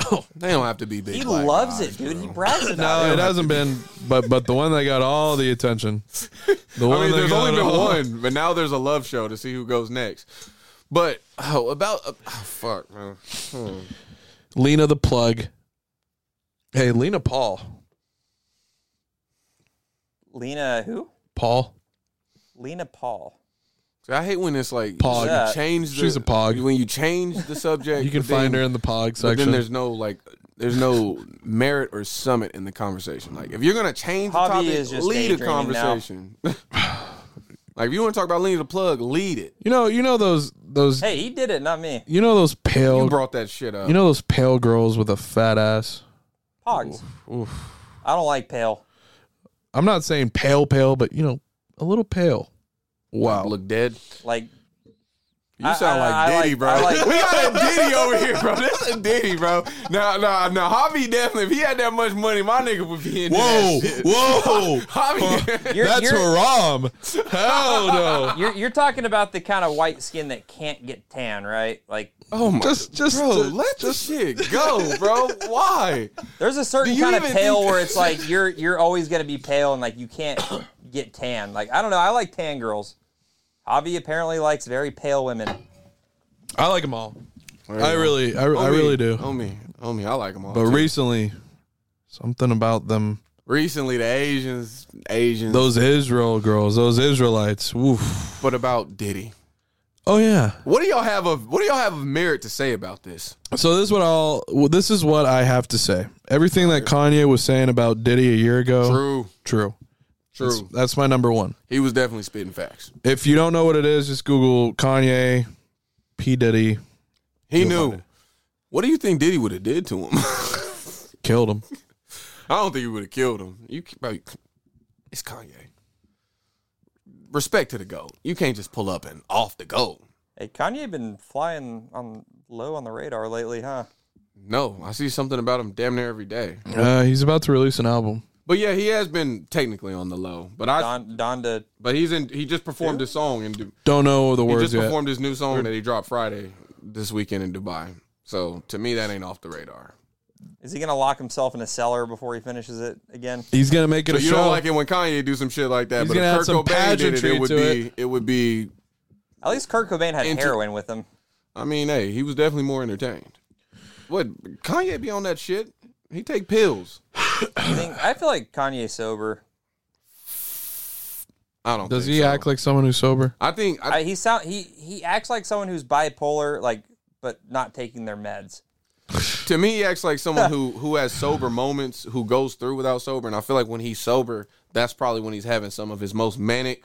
they don't have to be big.
He
black
loves
guys,
it, dude.
bro.
He brags about it.
No, it hasn't been. But but the one that got all the attention. The one
I mean,
that
there's
got
only been
all-
one, but now there's a love show to see who goes next. But oh, about oh, fuck, man.
Lena the plug. Hey, Lena Paul.
Lena who?
Paul.
Lena Paul.
See, I hate when it's like
Pog.
you change. The,
She's a pog.
When you change the subject,
You can
but then-
find her in the pog
But then
section.
there's no like, there's no merit or summit in the conversation. Like, if you're gonna change the
Javi
topic,
is just
lead a
daydreaming now.
conversation. like, if you want to talk about leading the plug, lead it.
you know, you know those those
Hey, he did it, not me.
you know those pale
You
you,
brought that shit up.
know those pale girls with a fat ass.
Pogs. I don't like pale.
I'm not saying pale pale, but you know, a little pale. Wow.
Look dead.
Like
You
I-
sound
I-
like
I
Diddy,
like-
bro.
I like-
we got a Diddy over here, bro. That's a Diddy, bro. Now, now, now, Javi definitely. If he had that much money, my nigga would be in.
Whoa,
that shit.
whoa.
Javi.
you're,
That's
you're,
haram. Hell no.
you're you're talking about the kind of white skin that can't get tan, right? Like
oh my.
Just, just,
bro,
uh,
let the shit go, bro. Why?
there's a certain
Do you
kind of
even
pale
think-
where it's like you're you're always gonna be pale and like you can't get tan. Like I don't know, I like tan girls. Javi apparently likes very pale women.
I like them all. I really, I, I really do.
On Oh, me, on me. I like them all.
But
too.
recently, something about them,
recently, the Asians, Asians.
those Israel girls, those Israelites. Woof.
but about Diddy.
Oh yeah.
What do y'all have of What do y'all have of merit to say about this?
So this is what I'll. Well, this is what I have to say. Everything that Kanye was saying about Diddy a year ago.
True,
True.
true.
That's, that's my number one.
he was definitely spitting facts.
If you don't know what it is, just Google Kanye, P Diddy,
He
You'll
knew.
find it.
What do you think Diddy would have did to him?
killed him.
I don't think he would have killed him. You, c- bro, it's Kanye. Respect to the goat. You can't just pull up and off the goat.
Hey, Kanye been flying on low on the radar lately, huh?
No, I see something about him damn near every day.
Uh, he's about to release an album.
But yeah, he has been technically on the low. But I,
Don Donda
but he's in. He just performed his song and he
Don't know the words
just
yet.
performed his new song that he dropped Friday this weekend in Dubai. So to me, that ain't off the radar.
is he gonna lock himself in a cellar before he finishes it again?
He's gonna make it
But
a
you
show.
don't like it when Kanye do some shit like that.
He's
but
gonna add
if
some
Kurt Cobain did it,
pageantry
it would
to
be it would be.
At least Kurt Cobain had
Inter-
heroin with him.
I mean, hey, he was definitely more entertained. What Kanye be on that shit? He take pills.
I think I feel like Kanye's sober.
I don't.
Does
think
he
so.
act like someone who's sober?
I think. I,
I, he sound he he acts like someone who's bipolar, like but not taking their meds.
to me, he acts like someone who who has sober moments, who goes through without sober. And I feel like when he's sober, that's probably when he's having some of his most manic.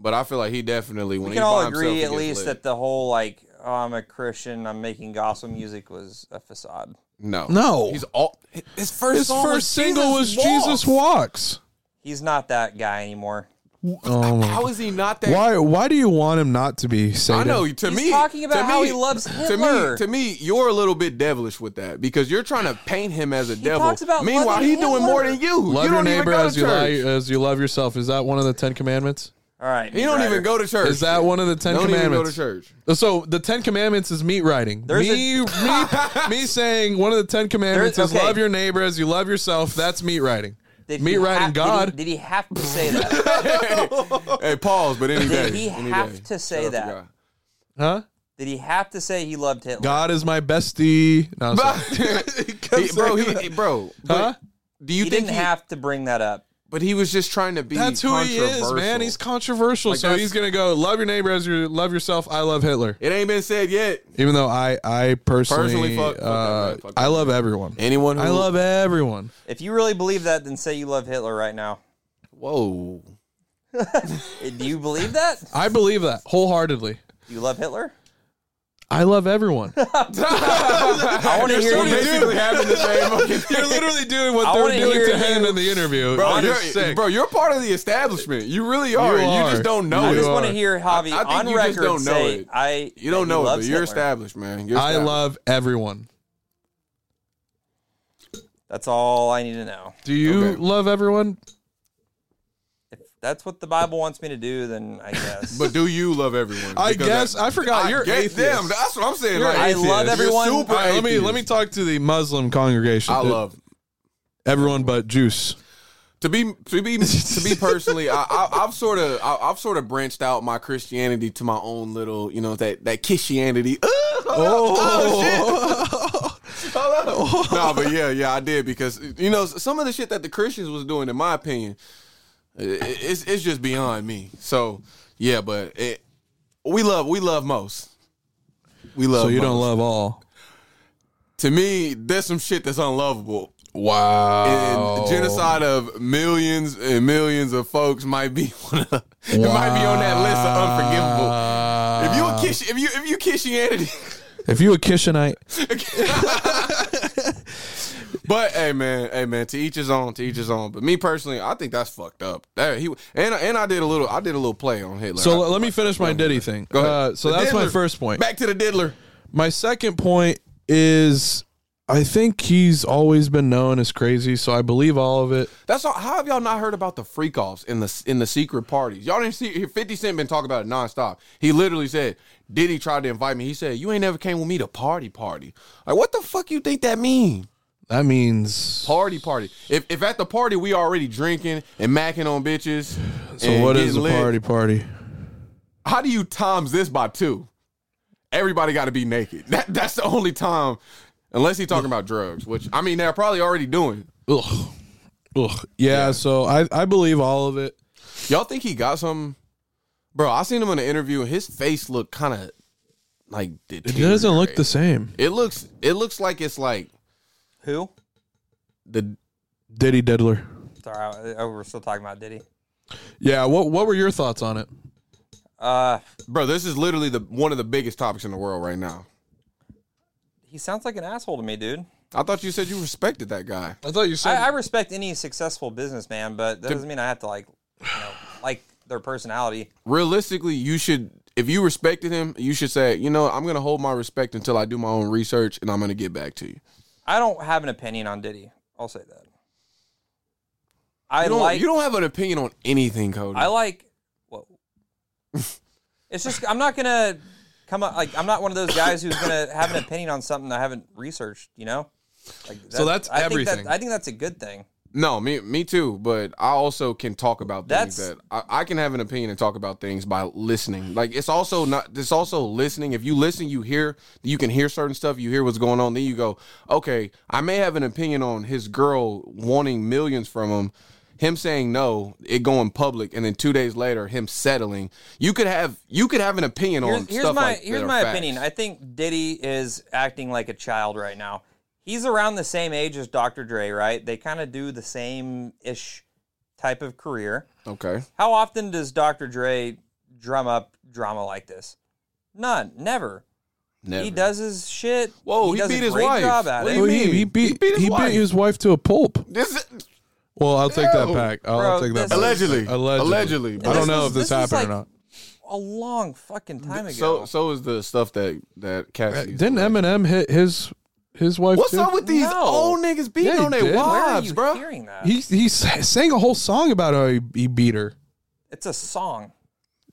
But I feel like he definitely when
We
he
can all
by himself,
agree,
he
at
gets
least,
lit.
that the whole like oh, I'm a Christian, I'm making gospel music was a facade.
no,
No.
he's all his first
His
song
first
was
single was
Jesus
Jesus Walks.
He's not that guy anymore.
Oh my.
How is he not that?
Why? Why do you want him not to be
I
saved?
know. To
He's
me,
talking about
to
how
me-
he loves
To me,
Hitler.
to me, you're a little bit devilish with that because you're trying to paint him as a devil.
talks about
Meanwhile,
loving
he doing more
Hitler.
than you.
Love
you
your
don't
neighbor
even go
as
to
you love
church.
as you love yourself. Is that one of the Ten Commandments?
All right,
He don't even go to church.
Is that one of the Ten
Don't even go to
Commandments?
church.
So the Ten Commandments is meat writing.
There's
me, me, me saying one of the Ten Commandments
There's-
is
okay.
love your neighbor as you love yourself. That's meat writing.
Did
meat
he
writing
ha- did he-
God.
Did he, have to say that?
hey, pause. But any day,
Did he
any
have
day.
to say
Shout out
that?
God.
huh?
Did he have to say he loved Hitler?
God is my bestie. No, I'm sorry.
He- bro, he, he- bro.
Huh?
but Do you
he
think
didn't
he,
have to bring that up.
But he was just trying to be.
That's who he is,
controversial.
man. He's controversial.
Like,
so
that's-
he's gonna go love your neighbor as you love yourself. I love Hitler.
It ain't been said yet.
Even though I, I personally,
Personally, fuck- fuck that
uh,
man, fuck that
I love everyone.
Anyone? Who,
I love everyone.
If you really believe that, then say you love Hitler right now.
Whoa.
Uh, Do you believe that?
I believe that wholeheartedly.
You love Hitler?
I love everyone.
I want to hear
We're
you.
basically having the same fucking thing.
You're literally doing what
I wanna
they're doing
hear
to him
you-
in the interview.
Bro,
It is
you're,
sick.
bro, you're part of the establishment. You really are.
You
You,
are.
just don't know
I
I
it.
just
You
want
are.
to hear Javi
I- I think
on
you just
record
don't know
say,
it.
"I."
you don't
he
know it, but
loves
you're
Hitler.
established, man. You're
I
established.
love everyone.
That's all I need to know.
Do you
Okay.
love everyone?
If that's what the Bible wants me to do, then I guess.
But do you love everyone?
I
Because
guess I forgot. You're
guess-
atheist.
Damn, that's what I'm saying.
You're
like,
I love
you're
everyone.
super
All right, let me
atheist.
let me talk to the Muslim congregation.
I
It-
love
everyone but Juice.
to be to be to be personally. I, I, I've sort of I, I've sort of branched out my Christianity to my own little, you know, that that Christianity. Oh, no, but yeah, yeah, I did because you know some of the shit that the Christians was doing, in my opinion, i- i- it's it's just beyond me. So yeah, but it, we love we love most. We love.
so you don't
most.
love all.
To me, there's some shit that's unlovable. And
Wow.
genocide of millions and millions of folks might be one of, it might be on that list of unforgivable. If you a kiss, if you if you Christianity,
if you a Kishanite,
But hey, man, hey, man, to each his own, to each his own. But me personally, I think that's fucked up. That, he and and I did a little, I did a little play on Hitler.
So uh,
I-
let me finish my Diddy thing.
Go ahead.
Uh, so
The
that's my
diddler.
first point.
Back to the diddler.
My second point is I think he's always been known as crazy, so I believe all of it.
That's all. How have y'all not heard about the freak offs in the in the secret parties? Y'all didn't see Fifty Cent been talking about it nonstop. He literally said, "Diddy tried to invite me." He said, "You ain't never came with me to party party." Like, what the fuck you think that mean?
That means
Party party. If if at the party we already drinking and macking on bitches.
so. What is a
the
party party?
How do you times this by two? Everybody got to be naked. That that's the only time, unless he talking about drugs, which I mean they're probably already doing.
Ugh, ugh. Yeah. So I I believe all of it.
Y'all think he got something? Bro, I seen him in an interview and his face looked kind of like
It doesn't look the
this.
same.
It looks it looks like it's like
Who?
the
Diddy diddler.
Sorry, I- oh, we're still talking about Diddy.
Yeah. What What were your thoughts on it?
Uh,
bro. This is literally the one of the biggest topics in the world right now.
he sounds like an asshole to me, dude.
I thought you said you respected that guy.
I thought you
I, I respect any successful businessman, but that doesn't mean I have to like, you know, like their personality.
Realistically, you should if you respected him, you should say, you know, I'm gonna hold my respect until I do my own research and I'm gonna get back to you.
I don't have an opinion on Diddy. I'll say that. I
You don't,
like
you don't have an opinion on anything, Cody.
I like. Whoa. it's just I'm not gonna come up like I'm not one of those guys who's gonna have an opinion on something I haven't researched. You know. Like
So that's
I Think
everything.
that, I think that's a good thing.
No, me me too. But I also can talk about things
That's-
that I, I can have an opinion and talk about things by listening. Like it's also not. It's also listening. If you listen, you hear. You can hear certain stuff. You hear what's going on. Then you go, okay. I may have an opinion on his girl wanting millions from him. Him saying no, it going public, and then two days later, him settling. You could have you could have an opinion on
Here's, here's
stuff
my
like that
here's
are
my
facts.
opinion. I think Diddy is acting like a child right now. He's around the same age as Dr. Dre, right? They kind of do the same ish type of career.
okay,
How often does Dr. Dre drum up drama like this? None. Never.
never.
He does his shit.
Whoa, he
does
beat
a
his
great
wife.
job at
What
it.
do you
Well, he,
mean?
he beat
He beat his
he
wife.
beat his wife to a pulp.
This is-
Well, I'll take that
Ew.
back. I'll
Bro,
take
this
that back.
is-
allegedly,
Allegedly.
allegedly.
I
but-
don't
This
know
is-
if this,
this is
happened
like-
or not.
A long fucking time ago.
So so is the stuff that that Cassie
Uh, Didn't Eminem hit his his wife?
What's
too?
up with these
No.
old niggas beating
Yeah, he
on their
did.
Where are
wives,
you
bro?
hearing that?
He he s- sang a whole song about how he, he beat her.
it's a song.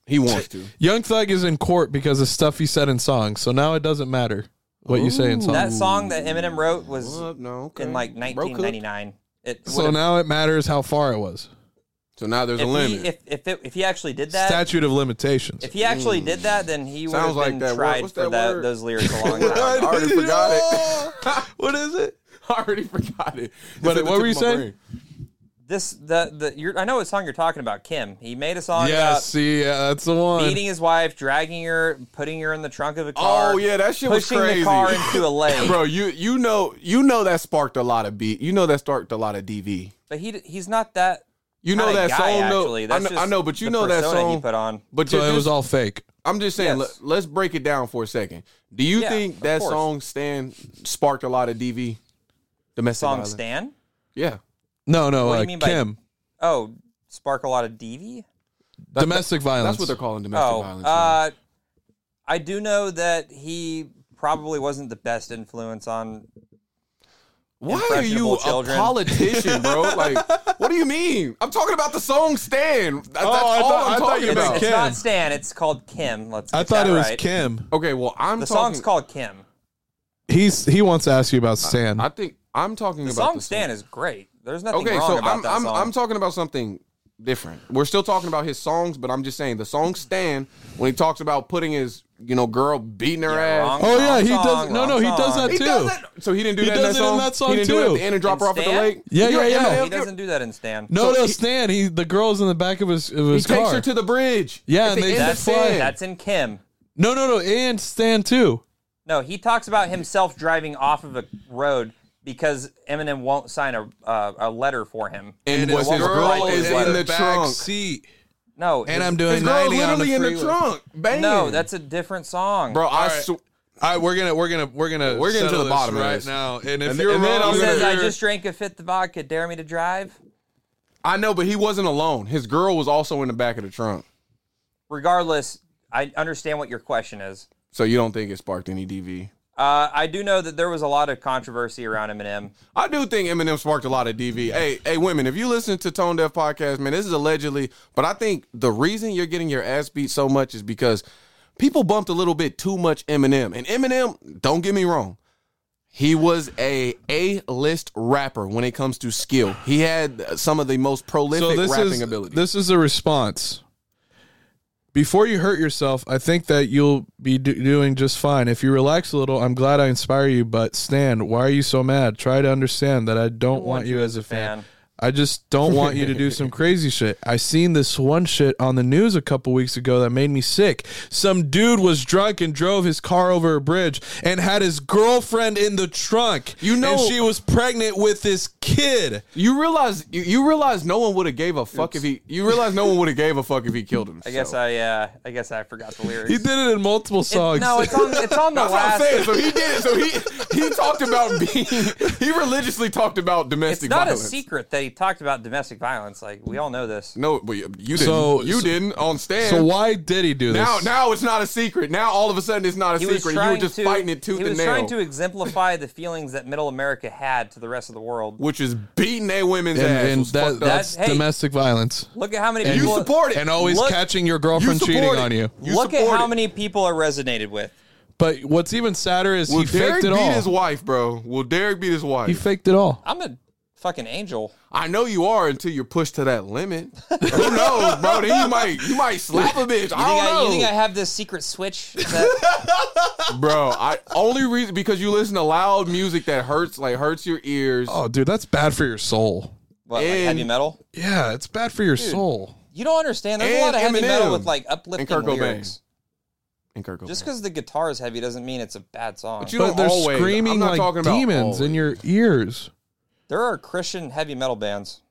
He wants to.
Young Thug is in court because of stuff he said in songs, so now it doesn't matter what you say in songs.
That song that Eminem wrote was
Oh, What? No, okay.
in like
Bro,
1999. It
so
would've-
now it matters how far it was.
cook. So now there's
if
a limit.
he, if if, it, if he actually did that,
Statute of limitations.
if he actually did that, then he would have
Mm. Sounds like
been
that word-
tried
what's
for
that
that,
word?
those lyrics a long
I
time.
already forgot it.
what is it?
I already forgot it. It's
But
at the
what
tip
were you
of my
saying?
brain.
This the the you're, I know what song you're talking about. Kim. He made a
Oh,
song
Yeah,
about
see, yeah, that's the one.
beating his wife, dragging her, putting her in the trunk of a car.
Oh yeah, that shit was
pushing
crazy.
the car into a lake.
Bro, you you know you know that sparked a lot of beat. You know that sparked a lot of DV.
But he he's not that.
You know
kinda
that
guy,
song though.
Actually,
I
That's
know,
just
I know, but you
the
know that
persona
song.
he put on.
But
So
you-
it
this-
was all fake.
I'm just saying.
Yes.
Let, us break it down for a second. Do you
Yeah,
think
of
that
course.
song "Stand" sparked a lot of DV? Domestic
Song
violence?
Stan.
Yeah.
No, no,
What do you
uh,
mean by-
Kim.
Oh, spark a lot of DV.
domestic violence.
That's what they're calling domestic
Oh,
violence. now.
uh, I do know that he probably wasn't the best influence on.
Why are you
impressionable children.
a politician, bro? like, what do you mean? I'm talking about the song "Stand." That- That's
Oh, I
all
thought-
I'm
I thought
talking
you
It's,
meant
about.
it's
Kim.
not Stan. It's called Kim. Let's.
I
get that
thought it was
right.
Kim.
Okay, well, I'm
The
talking,
song's called Kim.
He's he wants to ask you
Uh,
about Stan.
I think I'm talking
The
about
song
the
Stan is great. There's nothing
Okay,
wrong
so
about
I'm,
that
I'm
song.
I'm talking about something different. We're still talking about his songs, but I'm just saying the song "Stand" when he talks about putting his you know girl beating her
Yeah,
ass.
wrong-
oh yeah,
wrong
he does.
song,
No, no,
wrong
he does
song.
that
He
too.
does that. So he didn't do
He
that in that
does it in
song.
that song,
he didn't do it at
too.
the end and drop
In
her off at the
Stan?
lake.
Yeah, yeah, yeah.
he doesn't do that in Stan.
No,
So
no,
he-
Stan. He the girl's in the back of his of
He
his
takes
car.
her to the bridge.
Yeah,
At
and
the
they-
end of
that's in,
Stan.
that's in Kim.
no, no, no, and Stan too.
No, he talks about himself driving off of a road because Eminem won't sign a uh, a letter for him.
and, was his
girl
girl
is
is
in
Oh, in the
the
trunk.
seat,
No, his-
His girl literally in the trunk. Bang.
No, that's a different song.
bro. I
right.
sw-
I we're gonna we're gonna we're gonna
We're getting to the
settle this
bottom of
right
this.
now. And if
And-
you're
and then
wrong,
I'm
He says,
gonna-
I just drank a fifth of vodka. Dare me to drive?
I know, but he wasn't alone. His girl was also in the back of the trunk.
Regardless, I understand what your question is.
So you don't think it sparked any DV?
Uh, I do know that there was a lot of controversy around Eminem.
I do think Eminem sparked a lot of DV. Hey, hey, women, if you listen to Tone Deaf podcast, man, this is allegedly, but I think the reason you're getting your ass beat so much is because people bumped a little bit too much Eminem. And Eminem, don't get me wrong, he was a A list rapper when it comes to skill. He had some of the most prolific
so this
rapping
is
ability.
this is a response. Before you hurt yourself, I think that you'll be do- doing just fine. If you relax a little, I'm glad I inspire you. But Stan, why are you so mad? Try to understand that I don't, want, you as a fan.
fan.
I just don't want you to do some crazy shit. I seen this one shit on the news a couple weeks ago that made me sick. Some dude was drunk and drove his car over a bridge and had his girlfriend in the trunk.
You know-
and she was pregnant with his kid.
you realize you, you realize no one would have gave a fuck if he you realize no one would have gave a fuck if he killed himself.
I guess I, uh, I guess I forgot the lyrics.
He did it in multiple songs.
no, it's on, it's on the
That's what I'm
last.
saying. So he did it. So he he talked about being he religiously talked about
It's
domestic
not
violence.
a secret that he talked about domestic violence. Like we all know this.
No, but you didn't.
So-
you
so-
didn't on stand.
So why did he do this?
now now it's not a secret. Now all of a sudden it's not a
He was
secret. You
trying
were just
to
fighting it tooth
he
and
was
nail.
trying to exemplify the feelings that Middle America had to the rest of the world.
which is beating a women's
and,
ass.
and
was
that,
fucked up.
that's
That- hey.
domestic violence.
Look at how many
And you
people
support it.
And always
Look-
catching your
You
girlfriend
support
cheating
it.
on you.
Look at
support
how
it.
many people are resonated with.
But what's even sadder is
Will
he
Derek
faked
beat
it all.
his wife, bro? Will Derek beat his wife?
he faked it all.
I'm a fucking angel.
I know you are until you're pushed to that limit. Who knows, bro? Then you might you might slap a bitch.
You
I
think
don't
I,
know.
you think I have this secret switch? That,
Bro, I only reason because you listen to loud music that hurts, like hurts your ears.
Oh, dude, that's bad for your soul.
what, like
And-
heavy metal?
Yeah, it's bad for your soul.
You don't understand. There's a
And
lot of heavy metal
Eminem.
with like
And
uplifting
Kurt Cobain.
lyrics.
And Kirk Cobain.
Just because the guitar is heavy doesn't mean it's a bad song.
But you
But
don't
they're
always- I'm
screaming
not
like
talking about
demons in your ears.
there are Christian heavy metal bands.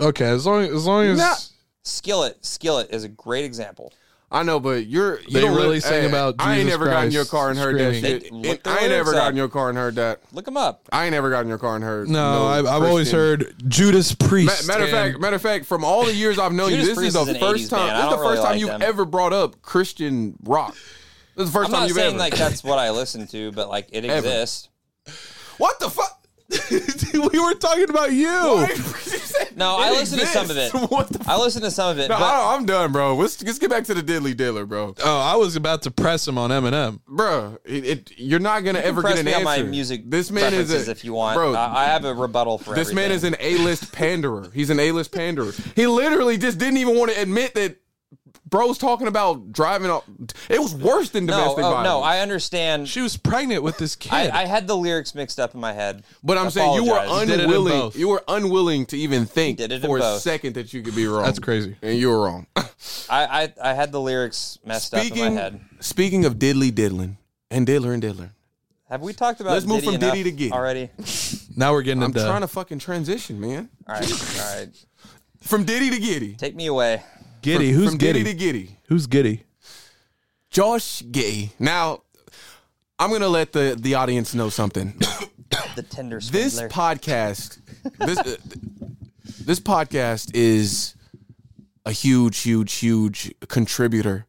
Okay, as long as long as
Not-
Skillet, Skillet is a great example.
I know, but you're you
They
don't
really
li-
sing
hey,
about
I ain't
Jesus
never got in
Christ
your car and heard
screaming.
that shit.
They- look
It-
the
I ain't never
lyrics
got
up.
in your car and heard that.
Look them up.
I ain't never got in your car and heard.
no, I've, I've always
Christian-
heard Judas
Ma-
Priest.
matter of
and-
fact, matter of fact, from all the years I've known you,
Judas
this is
Priest
the
is an 80s
first time.
band. I
This is the
don't really
first time
like
you've
them.
ever brought up Christian rock. This is the 1st
I'm
time
not
you've
saying
ever.
like that's what I listen to, but like it
Ever.
exists.
what the fuck?
we were talking about you.
No, I listen to some of it.
What the
I listen to some of it,
No,
but
I, I'm done, bro. Let's, let's get back to the diddly diddler, bro.
Oh, I was about to press him on Eminem.
Bro, it, it, you're not gonna ever
press
get an
me
answer.
on my music
this man is
preferences
a,
if you want.
bro.
I, I have a rebuttal for
this man
everything.
is an A-list panderer. He's an A-list panderer. He literally just didn't even want to admit that. Bro's talking about driving. Off. It was worse than
no,
domestic
oh,
violence.
no. I understand.
She was pregnant with this kid.
I, I had the lyrics mixed up in my head.
but I'm saying you were
Apologize.
did it in
unwilling.
both.
You were unwilling to even think
did it in
for a
both.
second that you could be wrong.
That's crazy.
and you were wrong.
I, I I had the lyrics messed up in my head.
speaking of diddly diddling and diddler and diddler,
Have we talked about?
Let's move
Diddy
from Diddy
enough
to Giddy.
already.
now we're getting
I'm
into
trying to fucking transition, man.
All right, all right.
From Diddy to Giddy.
Take me away.
giddy. Who's
from
giddy?
Diddy to Giddy.
Who's giddy?
Josh Gay. Now, I'm gonna let the the audience know something.
The tender
This
swindler.
podcast, this uh, this podcast is a huge, huge, huge contributor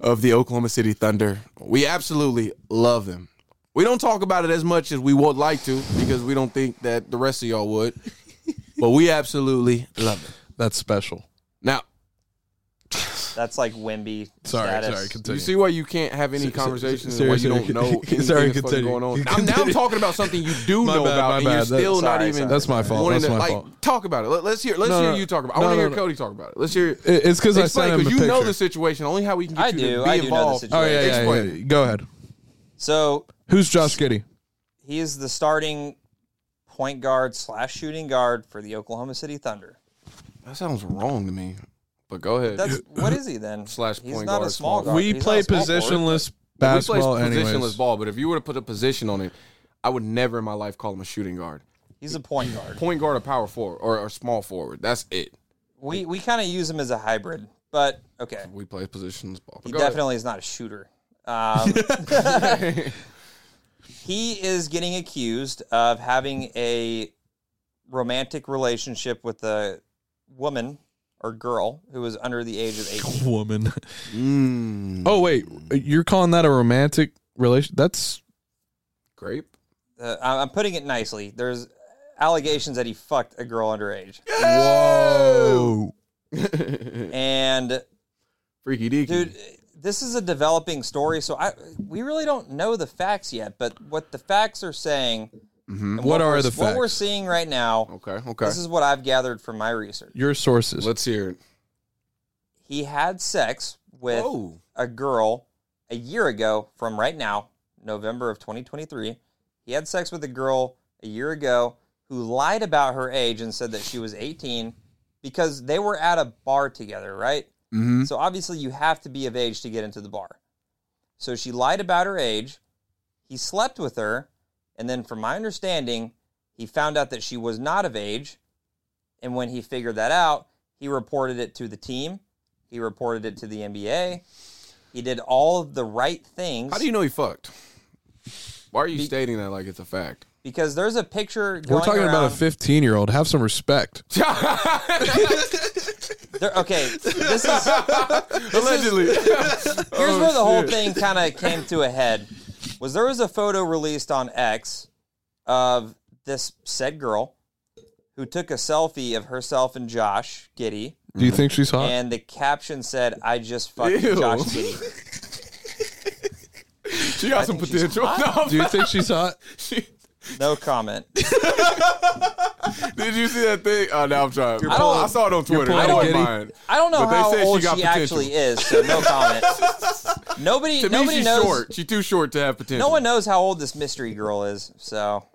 of the Oklahoma City Thunder. We absolutely love them. We don't talk about it as much as we would like to because we don't think that the rest of y'all would, but we absolutely love it.
That's special.
Now,
That's like Wimby.
Sorry,
status.
sorry.
Do
Continue.
you see why you can't have any
Se- se-
conversation
se-
and why you don't
seriously,
know
continue.
anything
Sorry,
that's fucking
continue.
going on? I'm, now I'm
Continue.
talking about something you do
My
know
bad, my
about, and you're
bad. That-
still not
sorry,
even.
sorry.
That's my fault.
wanting
That's
to-
my
like,
fault.
Talk about it. Let, us hear. Let's
No,
hear
no,
you talk about. it. I
no,
want to
no,
hear
no.
Cody talk about it. Let's hear.
It- It's because I
Explain,
sent him a
you know
picture.
the situation. Only how we can get
I
you
do,
to be
I do know the
involved.
situation.
Oh yeah, yeah, yeah,
Explain.
yeah. Go ahead.
So
Who's Josh Giddy?
he is the starting point guard slash shooting guard for the Oklahoma City Thunder.
That sounds wrong to me. But go ahead.
That's what is he then?
Slash
He's
point
not
guard,
a small
small
guard.
we
He's
play
not a small forward.
positionless
we play
basketball.
positionless
anyways.
ball, but if you were to put a position on it, I would never in my life call him a shooting guard.
He's a point guard.
Point guard or power forward or, or small forward. That's it.
We we kind of use him as a hybrid, but okay.
We play positionless ball. But
He
go ahead.
definitely is not a shooter. Um, He is getting accused of having a romantic relationship with a woman or girl who was under the age of 18.
Woman.
Mm.
Oh wait, you're calling that a romantic relation? That's
grape.
Uh, I- I'm putting it nicely. There's allegations that he fucked a girl underage.
whoa.
And
Freaky deaky.
dude this is a developing story so i we really don't know the facts yet but what the facts are saying
Mhm.
and
Mm-hmm. What are
we're-
the
what we're
facts?
seeing right now
Okay. Okay.
this is what i've gathered from my research
Your sources.
Let's hear it.
he had sex with
Whoa.
a girl a year ago from right now november of 2023 he had sex with a girl a year ago who lied about her age and said that she was 18 because they were at a bar together right
Mm-hmm.
So obviously, you have to be of age to get into the bar. So she lied about her age. He slept with her. And then, from my understanding, he found out that she was not of age. And when he figured that out, he reported it to the team. He reported it to the NBA. He did all of the right things
How do you know he fucked? Why are you
Be-
stating that like it's a fact?
because there's a picture. Going
We're talking about a
around-
15 year old. Have some respect.
there- okay, this is
Allegedly.
Here's
Oh,
where the whole
shit.
thing kind of came to a head. Was there was a photo released on X of this said girl who took a selfie of herself and Josh Giddy,
Do you think she's hot?
and the caption said, "I just fucked
Ew.
Josh Giddy."
she got some
think she's
potential. No,
Do you think she's hot?
she,
No comment.
did you see that thing? Oh, now I'm trying. I,
pulling-
I saw it on Twitter.
pulling
I don't
Giddy.
mind.
I don't know
But they
how
said she
old she,
got potential.
actually is, so no comment. nobody,
To me,
nobody
she's
knows.
short. She's too short to have potential.
No one knows how old this mystery girl is. So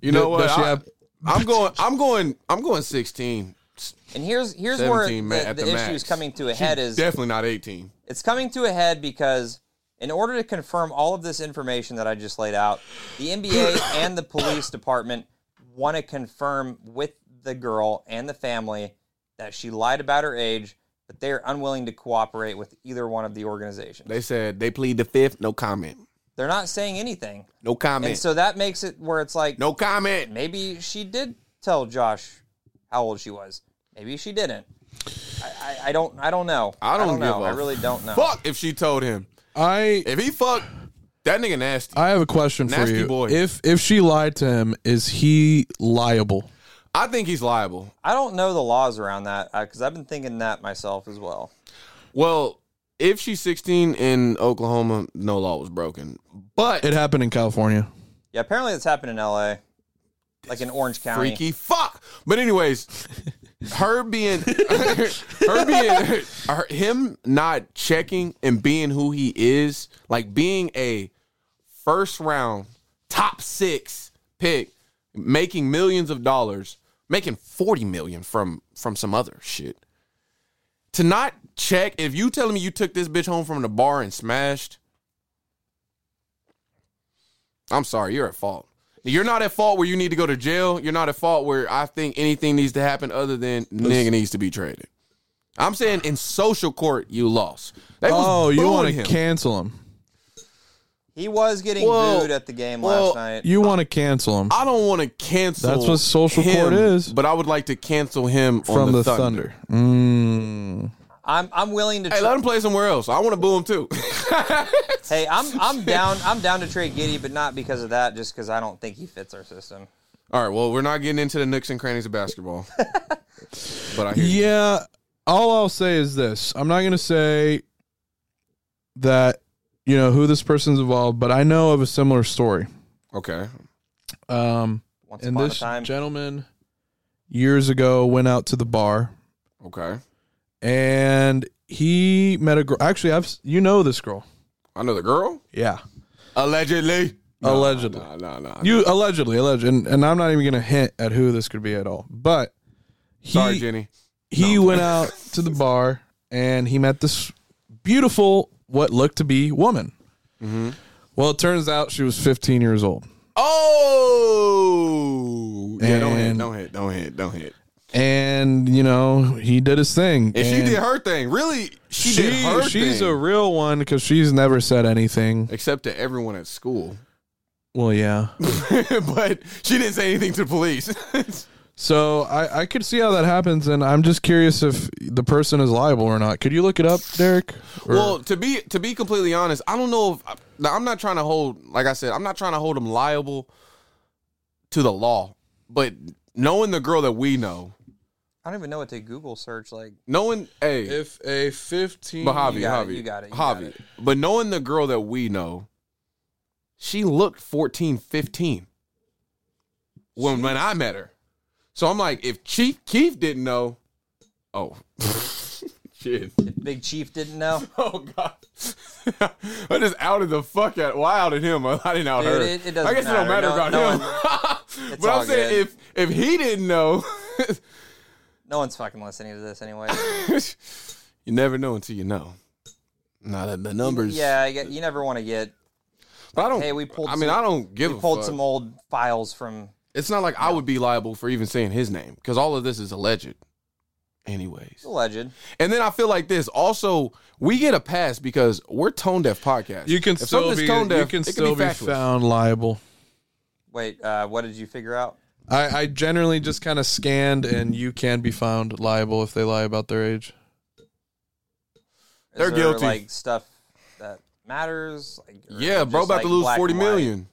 You know
Does
what?
she
I,
have-
am going. I'm going. I'm going 16.
And here's here's where
17 ma-
the,
at
the,
the
issue
max.
is coming to a head is
Definitely not 18.
it's coming to a head because in order to confirm all of this information that I just laid out, the NBA and the police department want to confirm with the girl and the family that she lied about her age, but they are unwilling to cooperate with either one of the organizations.
They said they plead the fifth. No comment.
They're not saying anything.
No
And
comment.
so that makes it where it's like
no comment.
maybe she did tell Josh how old she was. Maybe she didn't. I, I, I don't. I don't know.
I don't give
know.
a
I really don't know.
Fuck if she told him.
I
If he fucked, that nigga nasty.
I have a question for
Nasty
you.
boy.
If if she lied to him, is he liable?
I think he's liable.
I don't know the laws around that because I've been thinking that myself as well.
Well, if she's 16 in Oklahoma, no law was broken. But
It happened in California.
Yeah, apparently it's happened in L.A., like in Orange County.
freaky fuck. But anyways, her being her being her, him not checking and being who he is, like being a first round top 6 pick, making millions of dollars, making 40 million from from some other shit. To not check if you telling me you took this bitch home from the bar and smashed I'm sorry, you're at fault. You're not at fault where you need to go to jail. You're not at fault where I think anything needs to happen other than nigga needs to be traded. I'm saying in social court you lost. They was
Oh, you
booing
want to
him.
cancel him?
He was getting
Well,
booed at the game
well,
last night.
You want to cancel him
I don't want to cancel.
That's what social
him,
court is.
But I would like to cancel him
from
on
the,
the,
Thunder? Mm.
I'm I'm willing to.
Hey,
tra-
let him play somewhere else. I want to boo him too.
hey, I'm I'm down. I'm down to trade Giddy, but not because of that. Just because I don't think he fits our system.
All right. Well, we're not getting into the nooks and crannies of basketball. but I hear you.
Yeah. All I'll say is this: I'm not going to say that you know who this person's involved, but I know of a similar story.
Okay.
Um,
Once
and
upon
this
a time,
gentleman years ago went out to the bar
Okay.
and he met a girl. Actually, I've s- you know this girl.
I know the girl.
Yeah,
Allegedly. No,
Allegedly.
No, no, no.
you allegedly, alleged, and, and I'm not even going to hint at who this could be at all. But he
Sorry, Jenny.
he went out to the bar and he met this beautiful, what looked to be woman. Mm-hmm. Well, it turns out she was 15 years old,
Oh, yeah. Don't hit.
And-
Don't hit. Don't hit. Don't hit.
and you know he did his thing.
And,
and
she did her thing. Really, she, did her
she's
thing.
a real one because she's never said anything.
except to everyone at school.
Well, yeah.
but she didn't say anything to the police.
So I, I could see how that happens, and I'm just curious if the person is liable or not. Could you look it up, Derek? Or-
well, to be to be completely honest, I don't know if now, I'm not trying to hold like I said, I'm not trying to hold them liable to the law. But knowing the girl that we know,
I don't even know what to Google search like.
knowing hey,
if a 15
But Javi,
You got it,
Javi,
you got it, you
Javi.
got it.
But knowing the girl that we know, she looked 14, 15 when, when I met her. So I'm like, if Chief Keith didn't know, oh, shit.
If Big Chief didn't know.
Oh, God. I just outed the fuck out. Well, I outed him. I didn't out
Dude,
her.
it- it doesn't
I guess it don't matter
matter. No-
about
no
him. but
all
I'm saying
good.
if if he didn't know,
No one's fucking listening to this anyway.
you never know until you know. Now that the numbers,
yeah, you, you never want to get.
But I don't.
Hey, we pulled
Oh, I mean,
some-
I don't give
We
a
pulled
fuck.
some old files from.
It's not like I would be liable for even saying his name because all of this is alleged, anyways.
It's alleged.
And then I feel like this. Also, we get a pass because we're tone deaf podcast.
you can
If
still
something's
be
tone
you
deaf,
can
it
still be,
factual.
found liable.
Wait, uh, what did you figure out?
I, I generally just kind of scanned, and you can be found liable if they lie about their age.
Is
They're
there,
guilty.
Like stuff that matters. Like, or
Yeah, bro,
just,
about
like,
to lose
black
forty
and white?
million.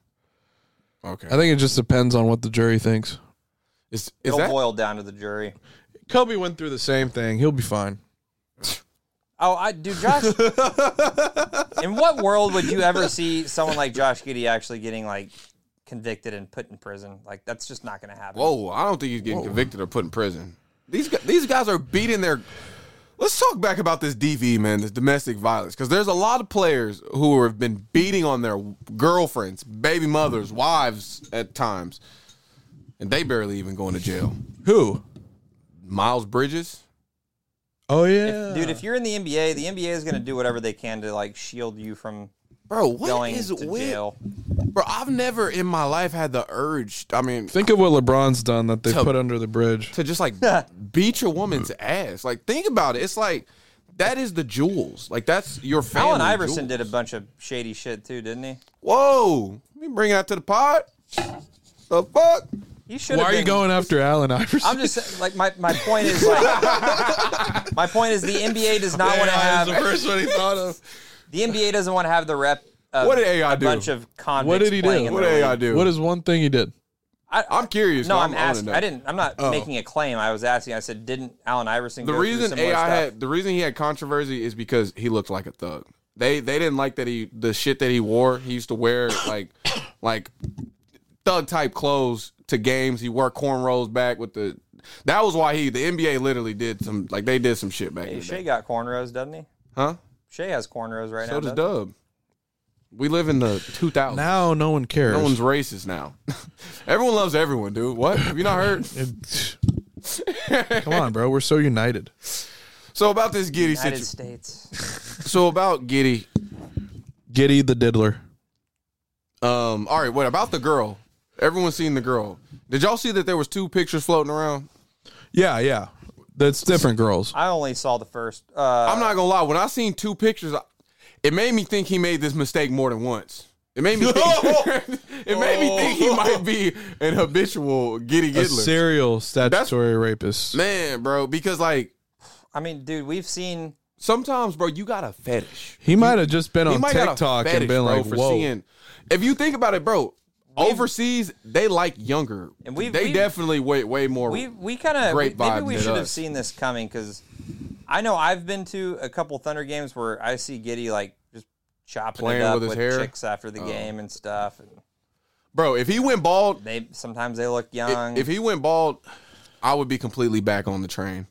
Okay,
I think it just depends on what the jury thinks.
is, is
It'll
that
boil down to the jury.
Kobe went through the same thing. He'll be fine.
Oh, I do, Josh. in what world would you ever see someone like Josh Giddy actually getting like convicted and put in prison? Like that's just not going to happen.
Whoa, I don't think he's getting convicted or put in prison. These gu- these guys are beating their. Let's talk back about this DV man, this domestic violence, because there's a lot of players who have been beating on their girlfriends, baby mothers, wives at times, and they barely even going to jail.
Who?
Miles Bridges,
Oh yeah,
Dude, if you're in the NBA, the NBA is going to do whatever they can to like shield you from
bro, what
going
is
to
with
jail.
bro? I've never in my life had the urge. I mean,
think of what LeBron's done that they
To-
put under the bridge.
to just like beat your woman's ass. Like, think about it. It's like that is the jewels. Like that's your family.
Allen
jewels.
Iverson did a bunch of shady shit too, didn't he?
Whoa, let me bring that to the pod. The fuck?
He should.
Why
have
are you
been-
going after Allen Iverson?
I'm just saying, like my, my point is like my point is the NBA does not want to
AI
have
is the first one he thought of.
the NBA doesn't want to have the rep. Of
What did AI
a
do?
Bunch of convicts.
What did he do?
playing in
What
their
did AI
league.
do?
What is one thing he did?
I,
I'm curious.
no,
though.
I'm,
I wanna
asking.
know.
I didn't. I'm not making a claim. I was asking. I said, didn't Allen Iverson?
The
go through
reason
similar
AI
stuff?
had the reason he had controversy is because he looked like a thug. They they didn't like that he the shit that he wore. He used to wear like like thug type clothes to games. He wore cornrows back with the. That was why he the NBA literally did some like they did some shit back. in
Hey,
the day.
Shea got cornrows, doesn't he?
Huh?
Shea has cornrows right
So
now.
does
doesn't
Dub. We live in the 2000s.
Now no one cares.
no one's racist now. everyone loves everyone, dude. What? Have you not heard?
Come on, bro. We're so united.
so about this Giddy
he? United
situation.
States.
So about Giddy.
Giddy the diddler.
Um. All right. What about the girl? Everyone's seen the girl. Did y'all see that there was two pictures floating around?
Yeah, yeah. That's different girls.
I only saw the first. Uh,
I'm not gonna lie. When I seen two pictures, I- it made me think he made this mistake more than once. It made me
Oh.
think. it made me think he might be an habitual Giddy
A
Giddler.
serial statutory rapist.
Man, bro, because like
I mean, dude, we've seen.
sometimes, bro, you got a fetish.
He might have just been
He
on
might got
TikTok
a fetish,
and been
bro,
like,
for
"Whoa."
seeing. If you think about it, bro, overseas they like younger,
And we've-
they
we've-
definitely way way more.
We we kind of
Great
maybe
vibe
we
did
should have
us.
seen this coming because I know I've been to a couple Thunder games where I see Giddy like just chopping
Playing
it up
with his
with,
hair? Oh.
chicks after the game and stuff. And
bro, if he went bald,
they sometimes they look young.
if he went bald, I would be completely back on the train.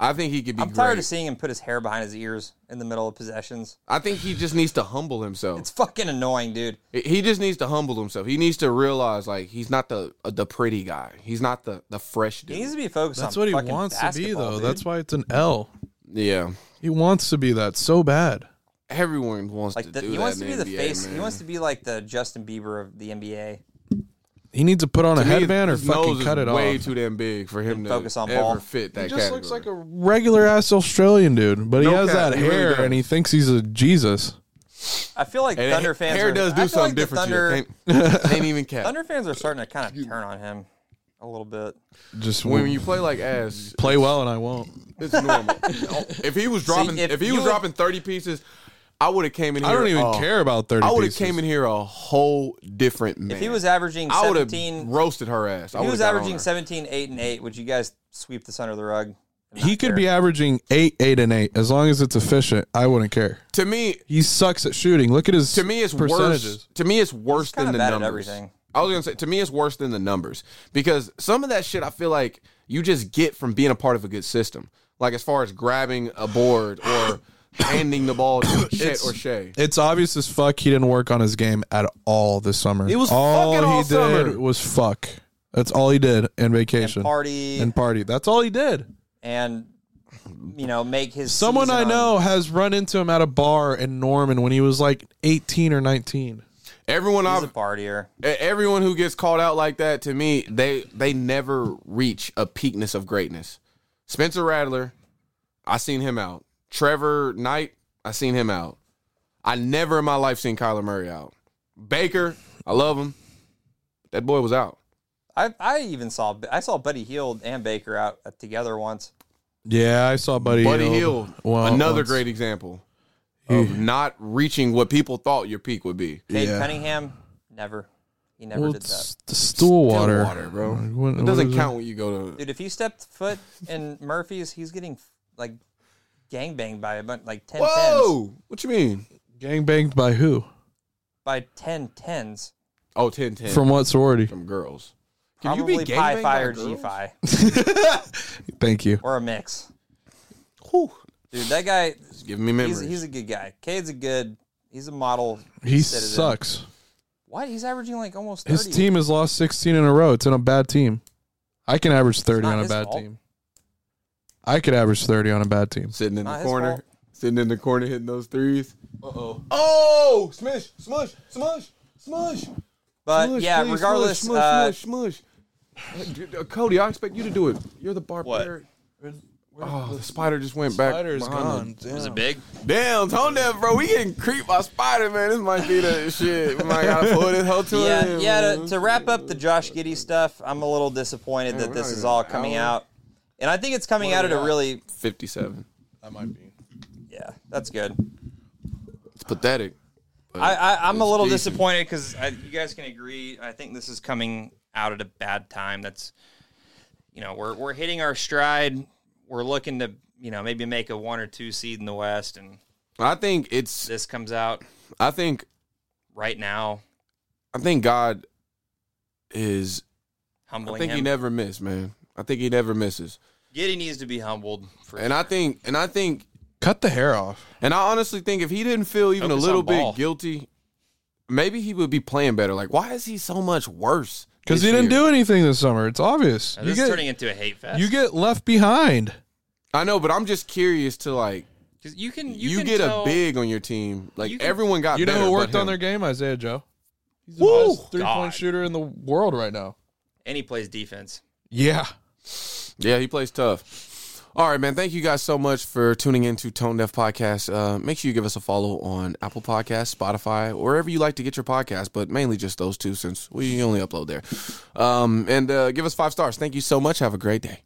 I think he could be
I'm
great.
tired of seeing him put his hair behind his ears in the middle of possessions.
I think he just needs to humble himself.
It's fucking annoying, dude.
he just needs to humble himself. He needs to realize like he's not the uh, the pretty guy. He's not the the fresh
He
dude.
needs to be focused
That's
on
what he
fucking
wants to be,
basketball,
though.
dude.
That's why it's an L.
yeah,
He wants to be that so bad.
everyone wants to
like the,
do
he
that
wants to
in
be the
NBA,
face. He
man.
wants to be like the Justin Bieber of the NBA.
He needs to put on a
To me,
headband or
his nose
fucking
is
cut it
way
off.
too damn big for him to
Focus on
ever
ball.
fit that
He
category.
just looks like a regular ass Australian dude, but he
No
has
cap,
that
he really
hair
does.
and he thinks he's a Jesus.
I feel like
And
Thunder
Hair-
fans
Hair
are,
does
I
do
feel
something
like the
different.
Thunder,
to you. Can't, can't even cap.
Thunder fans are starting to kind of turn on him a little bit.
Just
when you play like ass,
play well, and I won't.
it's normal. if he was dropping,
if
if, he
you
was
would-
dropping thirty pieces, I would have came in. here.
I don't even
uh,
care about thirty.
I would have
pieces.
came in here a whole different man.
If he was averaging
I would
17,
have roasted her ass. I
if he
would've
was
got on
averaging
her.
17, 8, and 8, would you guys sweep this under the rug? Not
He could
care.
be averaging eight, eight, and eight as long as it's efficient. I wouldn't care.
To me,
He sucks at shooting. Look at his
to me it's worse.
percentages.
To me it's worse
kinda
than the
bad at
numbers.
everything.
I was gonna say to me it's worse than the numbers because some of that shit I feel like you just get from being a part of a good system. Like as far as grabbing a board or handing the ball to Chet or Shea.
It's obvious as fuck he didn't work on his game at all this summer. It
was
all
fucking
he
all
did
summer.
was fuck. That's all he did in vacation
And party
and
and,
party. That's all he did.
you know, make his.
Someone
season
I
on-
know has run into him at a bar in Norman when he was like 18 or 19.
Everyone
He's
I've
a partier.
E- everyone who gets called out like that to me they they never reach a peakness of greatness spencer rattler i seen him out trevor knight i seen him out i never in my life seen kyler murray out baker i love him that boy was out
I, I even saw I saw Buddy Heald and Baker out uh, together once.
Yeah, I saw Buddy.
buddy
Hield.
hill another great example of not reaching what people thought your peak would be
Cade
Yeah.
Cunningham, never. He never
Well,
did that.
it's the stool water.
water bro
Like, what-
it
what
doesn't
is
count when you go to
Dude, if you stepped foot in Murphy's, he's getting like gangbanged by a bunch, like 10 tens.
whoa what you mean
Gang banged by who?
By 10 tens.
oh 10 10
From what sorority?
from girls Can you be
Probably Pi
gangbanged
Phi
by
or G
girls?
Phi
Thank you.
or a mix.
Whew.
Dude, that guy,
Giving me memories.
he's, he's a good guy. Cade's a good, he's a model.
He
citizen.
sucks.
What? He's averaging like almost 30.
His team has lost 16 in a row. It's in a bad team. I can average 30
not
on a
his
bad
fault.
team. I could average 30 on a bad team.
sitting in
Not
the
his
corner,
fault.
sitting in the corner hitting those threes. Uh oh. Oh, smush, smush, smush, smush.
But
smush,
yeah,
please,
regardless,
smush,
uh,
smush, smush, smush. Dude, uh, Cody, I expect you to do it. You're the bar
What?
player. Oh, the spider just went back. behind
was it big?
the- Damn, tone down, bro. We getting creeped by Spider Man. This might be the shit. We might gotta pull this whole tour.
Yeah,
in,
yeah. To,
man.
to wrap up the Josh Giddy stuff, I'm a little disappointed that
we're
this
not
is
even
all
an
coming
hour.
out, and I think it's coming out at a really
Fifty-seven.
That might be.
yeah. That's good.
It's pathetic.
I, I I'm a little
decent.
disappointed because you guys can agree. I think this is coming out at a bad time. That's you know we're we're hitting our stride. We're looking to you know maybe make a one or two seed in the West, and
I think it's.
this comes out
I think.
right now,
I think God is
humbling
I think
him.
he never missed, man. I think he never misses.
Giddy needs to be humbled. For
And I think and I think
Cut the hair off.
and I honestly think if he didn't feel even
Focus
a little
on ball.
bit guilty, maybe he would be playing better. Like why is he so much worse?
Because he didn't do anything this summer. It's obvious.
Now,
You
this is turning
get,
into a hate fest.
you get left behind.
I know, but I'm just curious to like
'Cause you can
you,
you, can
get
tell-
a big on your team. Like
you can-
everyone got
You know
better
who
but
worked on
him.
their game? Isaiah Joe. He's the
Woo!
best three
God.
point shooter in the world right now.
and he plays defense.
Yeah.
Yeah, he plays tough. All right, man. Thank you guys so much for tuning in to Tone Deaf Podcast. Uh, make sure you give us a follow on Apple Podcasts, Spotify, wherever you like to get your podcast, but mainly just those two since we only upload there. Um, and uh, give us five stars. Thank you so much. Have a great day.